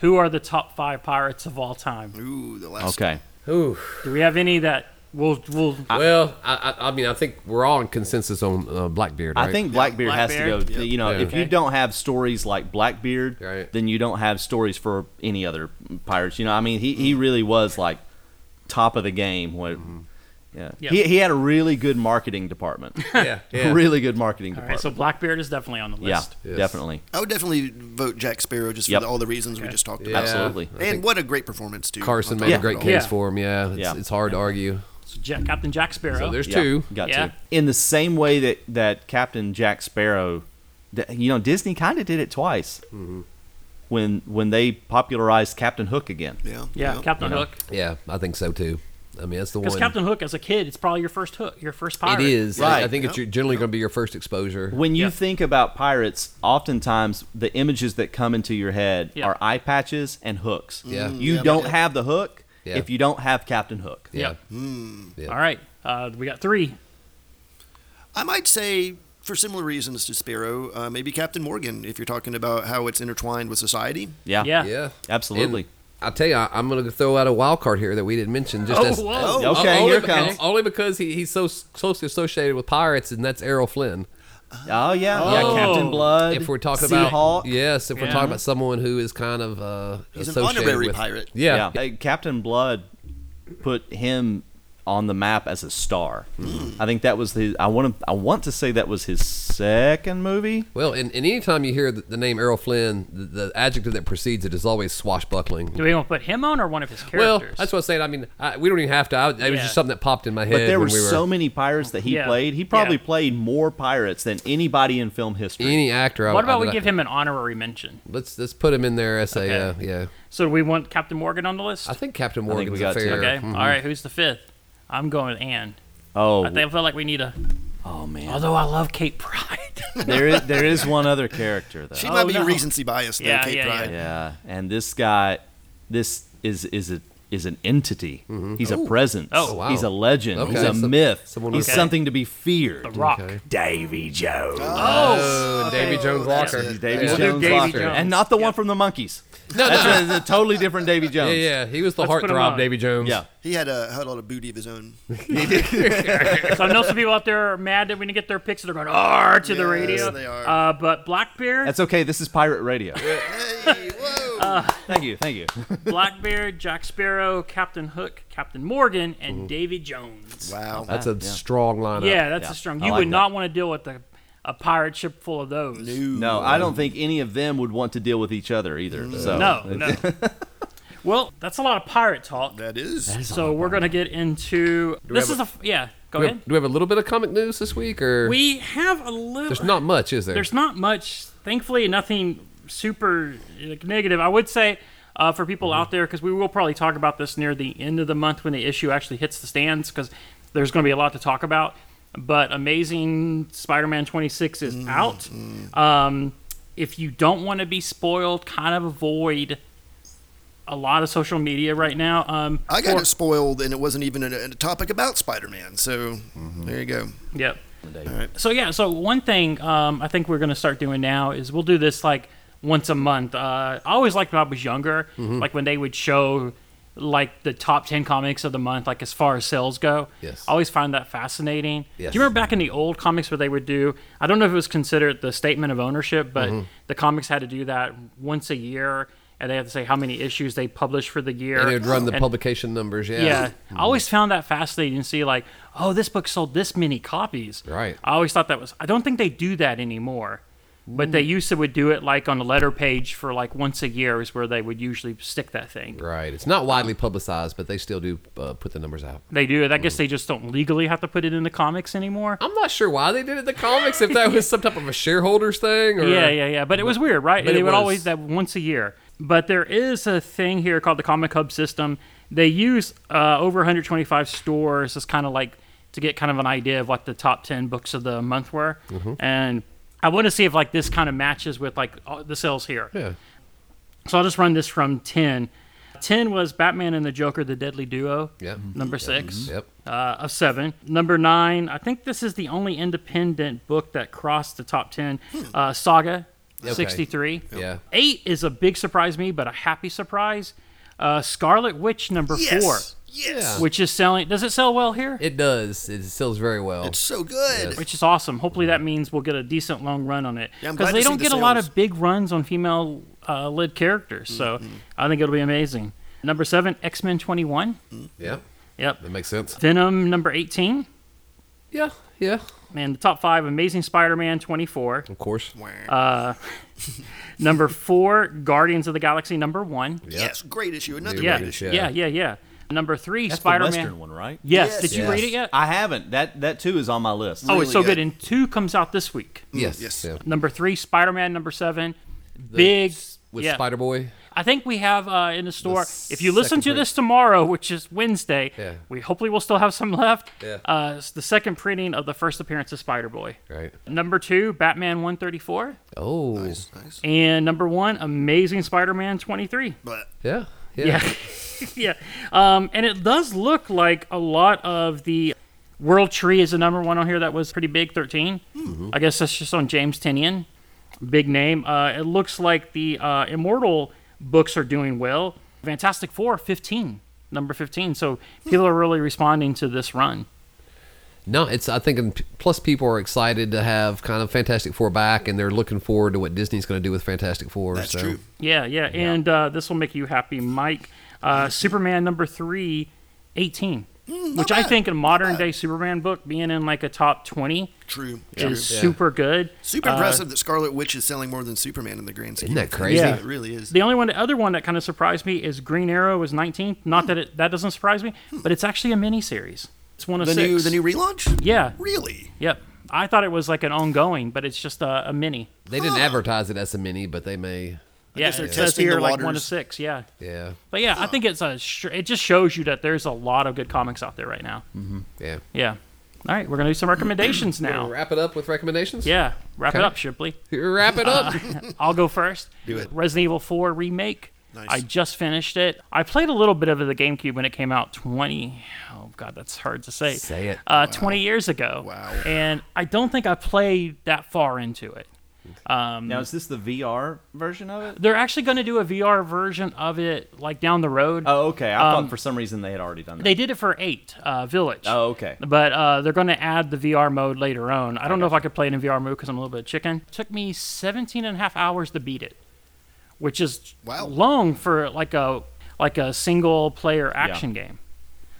Who are the top five pirates of all time? Ooh, the last. Okay. Do we have any that we'll we'll Uh, well, I, I, I mean, I think we're all in consensus on uh, Blackbeard. Right? I think Blackbeard, has Blackbeard. to go. You know, Yeah. if you don't have stories like Blackbeard, Right. then you don't have stories for any other pirates. You know, I mean, he, he really was like top of the game. When, Mm-hmm. yeah. Yeah. He, he had a really good marketing department. Yeah. yeah. really good marketing All right, department. so Blackbeard is definitely on the yeah, list. Yes. definitely. I would definitely vote Jack Sparrow just for Yep. all the reasons we just talked Yeah. about. Absolutely. I And think what a great performance, too. Carson on made a top of great it all. case Yeah. for him. Yeah. It's, Yeah. it's hard to argue. So Jack, Captain Jack Sparrow. So there's Yeah, two. Got Yeah. to. In the same way that, that Captain Jack Sparrow, that, you know, Disney kind of did it twice Mm-hmm. when when they popularized Captain Hook again. Yeah. yeah, Captain Hook. Yeah, I think so too. I mean, that's the Because one. Captain Hook, as a kid, it's probably your first hook, your first pirate. it is. Right. I, I think it's your, generally going to be your first exposure. When you Yeah. think about pirates, oftentimes the images that come into your head Yeah. Mm. are eye patches and hooks. Yeah. You yeah, don't yeah. have the hook Yeah. if you don't have Captain Hook. yeah. All right, uh, we got three. I might say, for similar reasons to Sparrow, uh, maybe Captain Morgan, if you're talking about how it's intertwined with society. Yeah. Yeah. Yeah. Absolutely. And I'll tell you, I, I'm going to throw out a wild card here that we didn't mention. Just Oh, as, uh, whoa. Oh, okay, only, here it be- comes. Only because he, he's so s- closely associated with pirates, and that's Errol Flynn. Oh yeah. Yeah, Captain Blood. if we're talking sea about Hawk. yes, if we're Yeah. talking about someone who is kind of uh, He's an associated honorary with- pirate. Yeah, Uh, Captain Blood put him on the map as a star. Hmm. I think that was his I want to I want to say that was his second movie. Well, and, and anytime you hear the, the name Errol Flynn, the, the adjective that precedes it is always swashbuckling. Do we want to put him on or one of his Well, characters? that's what I'm saying. I mean, I, we don't even have to. I, it was Yeah. just something that popped in my head. But there were, when we were so many pirates that he Yeah. played. He probably Yeah. played more pirates than anybody in film history. any actor. I- What I, about we I- give him an honorary mention? Let's let's put him in there as Okay. a uh, yeah. So do we want Captain Morgan on the list? I think Captain I think we Morgan's got a two. fair. Mm-hmm. okay. All right. Who's the fifth? I'm going with Anne. oh, I, think, I feel like we need a. oh man. Although I love Kate Pride. there is there is one other character though. She might be Oh, no. recency bias, though, Yeah, Kate yeah, yeah. Pride. yeah, and this guy, this is is a is an entity. He's a presence. Oh, Mm-hmm. wow. He's a legend. Okay. He's a Some- myth. someone He's with- something to be feared. the Rock. Okay. Davy Jones. Ah. Oh, and Davy Jones Walker. it. Davy Yeah. Jones Davy Locker. Jones. and not the one from the monkeys. No, That's no. a, a totally different Davy Yeah, Jones. yeah. He was the Let's put him heartthrob, on. Davy Jones. Yeah. He had a, had a lot of booty of his own. So I know some people out there are mad that we didn't get their picks. So they're going R to the Yes, radio. they are. Uh, but Blackbeard, That's okay. This is pirate radio. Hey, whoa. uh, thank you, thank you. Blackbeard, Jack Sparrow, Captain Hook, Captain Morgan, and Davy Jones. wow. That's a strong lineup. Yeah, that's a strong. I You like would that. not want to deal with the a pirate ship full of those. No, I don't think any of them would want to deal with each other either. Mm. So No, no. well, that's a lot of pirate talk. That is. so we're gonna get into this have is a, f- yeah. Go Do we, have, ahead. do we have a little bit of comic news this week, or We have a little. there's not much, is there? There's not much. Thankfully, nothing super like, negative. I would say uh, for people Mm-hmm. out there, because we will probably talk about this near the end of the month when the issue actually hits the stands, because there's going to be a lot to talk about. But Amazing Spider-Man 26 is Mm-hmm. out. Um, if you don't want to be spoiled, kind of avoid a lot of social media right now. Um, I got for- it spoiled, and it wasn't even a, a topic about Spider-Man. So Mm-hmm. there you go. Yep. So yeah, so one thing um, I think we're gonna start doing now is we'll do this like once a month. Uh, I always liked when I was younger, like when they would show like the top ten comics of the month, like as far as sales go. Yes. I always find that fascinating. Yes. Do you remember back in the old comics where they would do? I don't know if it was considered the statement of ownership, but Mm-hmm. the comics had to do that once a year, and they had to say how many issues they published for the year. and they would run the And- publication numbers, yeah. yeah, I always found that fascinating to see, like, oh, this book sold this many copies. Right. I always thought that was. I don't think they do that anymore, but Hmm. they used to would do it like on a letter page for like once a year is where they would usually stick that thing. Right. It's not widely publicized, but they still do uh, put the numbers out. They do it. I guess Hmm. they just don't legally have to put it in the comics anymore. I'm not sure why they did it in the comics. If that was some type of a shareholders thing, or Yeah, yeah, yeah. But it was weird, right? but they it would was- always that once a year. But there is a thing here called the Comic Hub system. They use uh, over 125 stores as kind of like to get kind of an idea of what the top 10 books of the month were. Mm-hmm. And I want to see if like this kind of matches with like all the sales here. Yeah. So I'll just run this from 10. 10 was Batman and the Joker, the Deadly Duo. Yeah. Mm-hmm. Number six Yep. uh, of seven. Number nine, I think this is the only independent book that crossed the top ten. Hmm. Uh, Saga, sixty-three. Yeah. Eight is a big surprise to me, but a happy surprise. Uh, Scarlet Witch number Yes. Yes. four, which is selling. Does it sell well here? It does. It sells very well. It's so good. which is awesome. Hopefully, that means we'll get a decent long run on it Yeah, I'm because glad they to see don't the get a lot sales. Mm-hmm. of big runs on female uh, led characters. So I think it'll be amazing. Number seven, X Men Twenty One. yeah. Yep. That makes sense. Venom number eighteen. Yeah. Yeah. And the top five, Amazing Spider-Man 24. Of course. Mm, Uh, Number four, Guardians of the Galaxy number one. Yes, great issue. Another Yeah, great issue. yeah, yeah, yeah. Number three, that's the Western Spider-Man. one, right? Yes, Yes. did you Yes. read it yet? I haven't. That that too is on my list. oh, really it's so good. good. And two comes out this week. Yes. yes. Yeah. Number three, Spider-Man number seven. Big. With yeah. Spider Boy. I think we have uh, in the store. if you listen second to print. this tomorrow, which is Wednesday, Yeah. we hopefully will still have some left. Yeah. Uh, it's the second printing of the first appearance of Spider-Boy. Right. Number two, Batman 134. Oh. And number one, Amazing Spider-Man 23. But Yeah. Yeah. Yeah. yeah. Um, and it does look like a lot of the World Tree is the number one on here that was pretty big, 13. I guess that's just on James Tinian. Big name. Uh, it looks like the uh, Immortal books are doing well. Fantastic Four, 15, number 15. So people are really responding to this run. No, it's I think and plus people are excited to have kind of Fantastic Four back, and they're looking forward to what Disney's going to do with Fantastic Four. that's so. true. Yeah, yeah. And uh, this will make you happy, Mike. Uh, Superman number three, 18. Which I think in modern day Superman book being in like a top 20 True. True. is super good. Uh, Super impressive that Scarlet Witch is selling more than Superman in the grand scheme. Isn't that of things. crazy? Yeah. It really is. The only one, the other one that kind of surprised me is Green Arrow was 19th. Not that it that doesn't surprise me, but it's actually a mini series. It's one of Hmm. The six. new the new relaunch? yeah. Really? Yep. I thought it was like an ongoing, but it's just a, a mini. They didn't advertise it as a mini, but they may. yeah, they're it says testing here the like one of waters. six. Yeah. Yeah. But yeah, I think it's a. str- It just shows you that there's a lot of good comics out there right now. Hmm. Yeah. Yeah. All right, we're gonna do some recommendations now. Wrap it up with recommendations. Yeah, wrap it Okay. up, Shipley. Wrap it up. I'll go first. Do it. Resident Evil 4 remake. Nice. I just finished it. I played a little bit of it at the GameCube when it came out 20. Oh god, that's hard to say. Say it. Uh, 20 years ago. Wow. And I don't think I played that far into it. Now is this the VR version of it? They're actually going to do a VR version of it like down the road. Oh, okay. I thought for some reason they had already done that. They did it for 8 uh, Village. oh, okay. But uh, they're going to add the VR mode later on. I don't know if I could play it in VR mode because I'm a little bit chicken. took me 17 and a half hours to beat it, which is Wow. long for like a like a single player action game.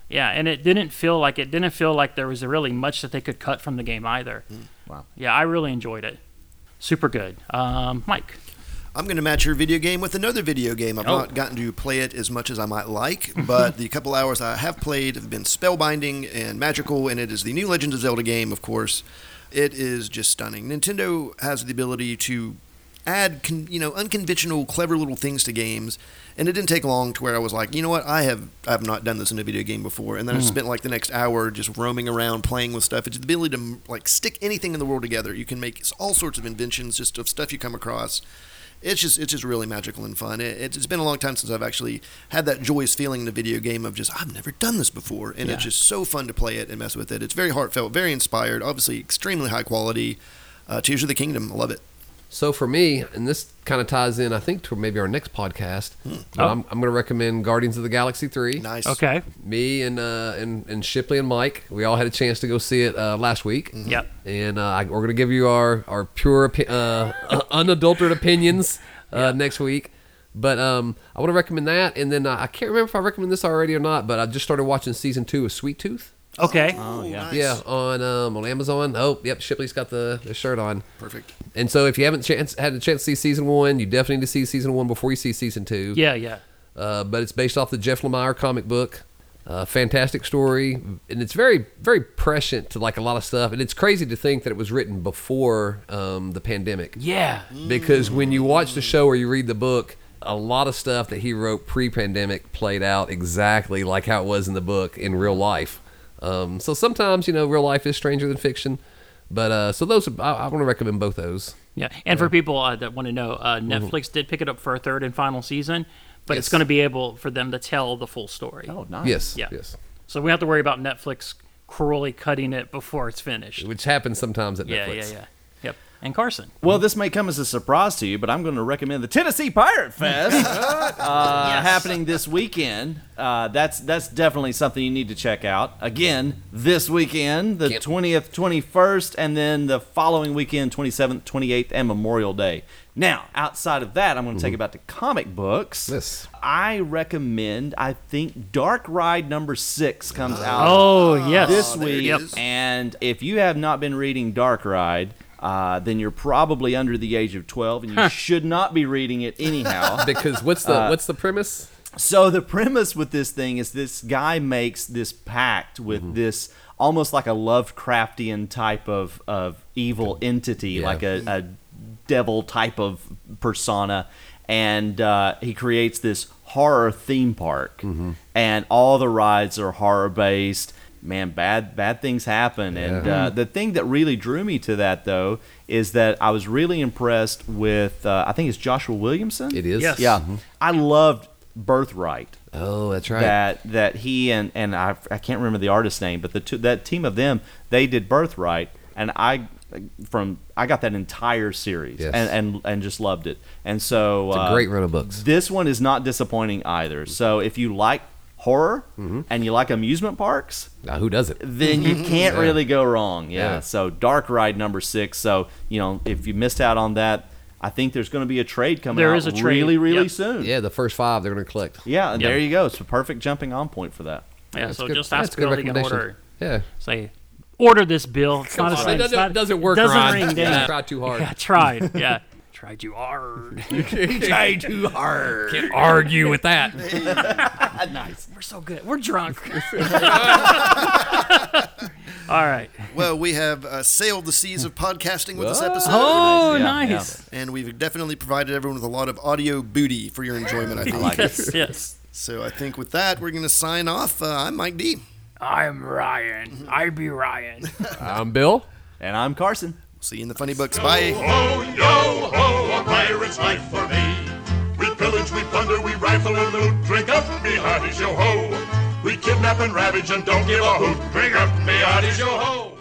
Yeah, and it didn't feel like it didn't feel like there was really much that they could cut from the game either. Wow. Yeah, I really enjoyed it. Super good. Um, Mike. I'm going to match your video game with another video game. I've Oh. not gotten to play it as much as I might like, but the couple hours I have played have been spellbinding and magical, and it is the new Legend of Zelda game, of course. It is just stunning. Nintendo has the ability to add, con- you know, unconventional, clever little things to games, and it didn't take long to where I was like, you know what, I have I have not done this in a video game before, and then Hmm. I spent like the next hour just roaming around playing with stuff. It's the ability to like stick anything in the world together. You can make all sorts of inventions just of stuff you come across it's just it's just really magical and fun. It, it's- it's been a long time since I've actually had that joyous feeling in a video game of just I've never done this before, and it's just so fun to play it and mess with it. It's very heartfelt, very inspired, obviously extremely high quality. Uh, Tears of the Kingdom, I love it. So for me, and this kind of ties in, I think, to maybe our next podcast. But I'm, I'm going to recommend Guardians of the Galaxy Three. Nice. Okay. Me and, uh, and and Shipley and Mike, we all had a chance to go see it uh, last week. Yep. And uh, I- we're going to give you our our pure, opi- uh, unadulterated opinions uh, next week. But um, I want to recommend that, and then uh, I can't remember if I recommend this already or not. But I just started watching season two of Sweet Tooth. Okay. Oh, yeah. Nice. Yeah, on um, on Amazon. Oh, yep, Shipley's got the, the shirt on. Perfect. And so, if you haven't chance, had a chance to see season one, you definitely need to see season one before you see season two. Yeah, yeah. Uh, but it's based off the Jeff Lemire comic book. Uh, fantastic story, and it's very, very prescient to like a lot of stuff. And it's crazy to think that it was written before um, the pandemic, Yeah. because when you watch the show or you read the book, a lot of stuff that he wrote pre-pandemic played out exactly like how it was in the book in real life. Um, so sometimes you know real life is stranger than fiction, but uh, so those I, I want to recommend both those. Yeah. And for people uh, that want to know, uh, Netflix did pick it up for a third and final season, but it's Mm-hmm. Yes. going to be able for them to tell the full story. Oh, nice. Yes, Yeah. yes. So we have to worry about Netflix cruelly cutting it before it's finished. which happens sometimes at Yeah, Netflix. yeah, yeah. Yep. And Carson. Well, this may come as a surprise to you, but I'm going to recommend the Tennessee Pirate Fest uh, happening this weekend. Uh, that's that's definitely something you need to check out. Again, this weekend, the Yep. 20th, 21st, and then the following weekend, 27th, 28th, and Memorial Day. Now, outside of that, I'm going to take about the comic books. Yes. I recommend. I think Dark Ride number six comes out Oh, yes. this there it week. Yep. is. And if you have not been reading Dark Ride, uh, then you're probably under the age of 12 and you should not be reading it anyhow. Because what's the what's the premise? so, the premise with this thing is this guy makes this pact with Mm-hmm. this almost like a Lovecraftian type of, of evil entity, like a, a devil type of persona. And uh, he creates this horror theme park, Mm-hmm. and all the rides are horror based man, bad bad things happen. And uh, the thing that really drew me to that though is that I was really impressed with uh, I think it's Joshua Williamson. It is? Yes. Yeah, I loved Birthright. Oh, that's right. That that he and and I I can't remember the artist's name, but the two, that team of them they did Birthright, and I from I got that entire series Yes. and, and and just loved it. And so uh, It's a great run of books. Mm-hmm. This one is not disappointing either. So if you like horror and you like amusement parks, Now, who does it? then you can't really go wrong. Yeah. Yeah. So Dark Ride number six. So you know if you missed out on that, I think there's going to be a trade coming. There out is a trade. really really Yep. soon. Yeah, the first five they're going to collect. Yeah, and Yeah. there you go. It's a perfect jumping on point for that. Yeah, That's so good- just that's ask good Bill to get an recommendation. order. Yeah. Say, order this, Bill. It's not a It thing. It's doesn't, not, it doesn't work, doesn't Ron. ring, Yeah, dang. Try too hard. Yeah, tried. Yeah. tried you hard. try too hard. Can't argue with that. We're so good. We're drunk. All right. Well, we have uh, sailed the seas of podcasting with this episode. Oh, Yeah, nice. And we've definitely provided everyone with a lot of audio booty for your enjoyment, I think. Yes, yes. So I think with that, we're going to sign off. Uh, I'm Mike D. I'm Ryan. I be Ryan. I'm Bill. And I'm Carson. See you in the funny books. Bye. Oh, yo, ho, a pirate's life for me. We pillage, we plunder, we rifle and loot. Drink up, me hearties, yo, ho. We kidnap and ravage and don't give a hoot. Drink up, me hearties, yo, ho.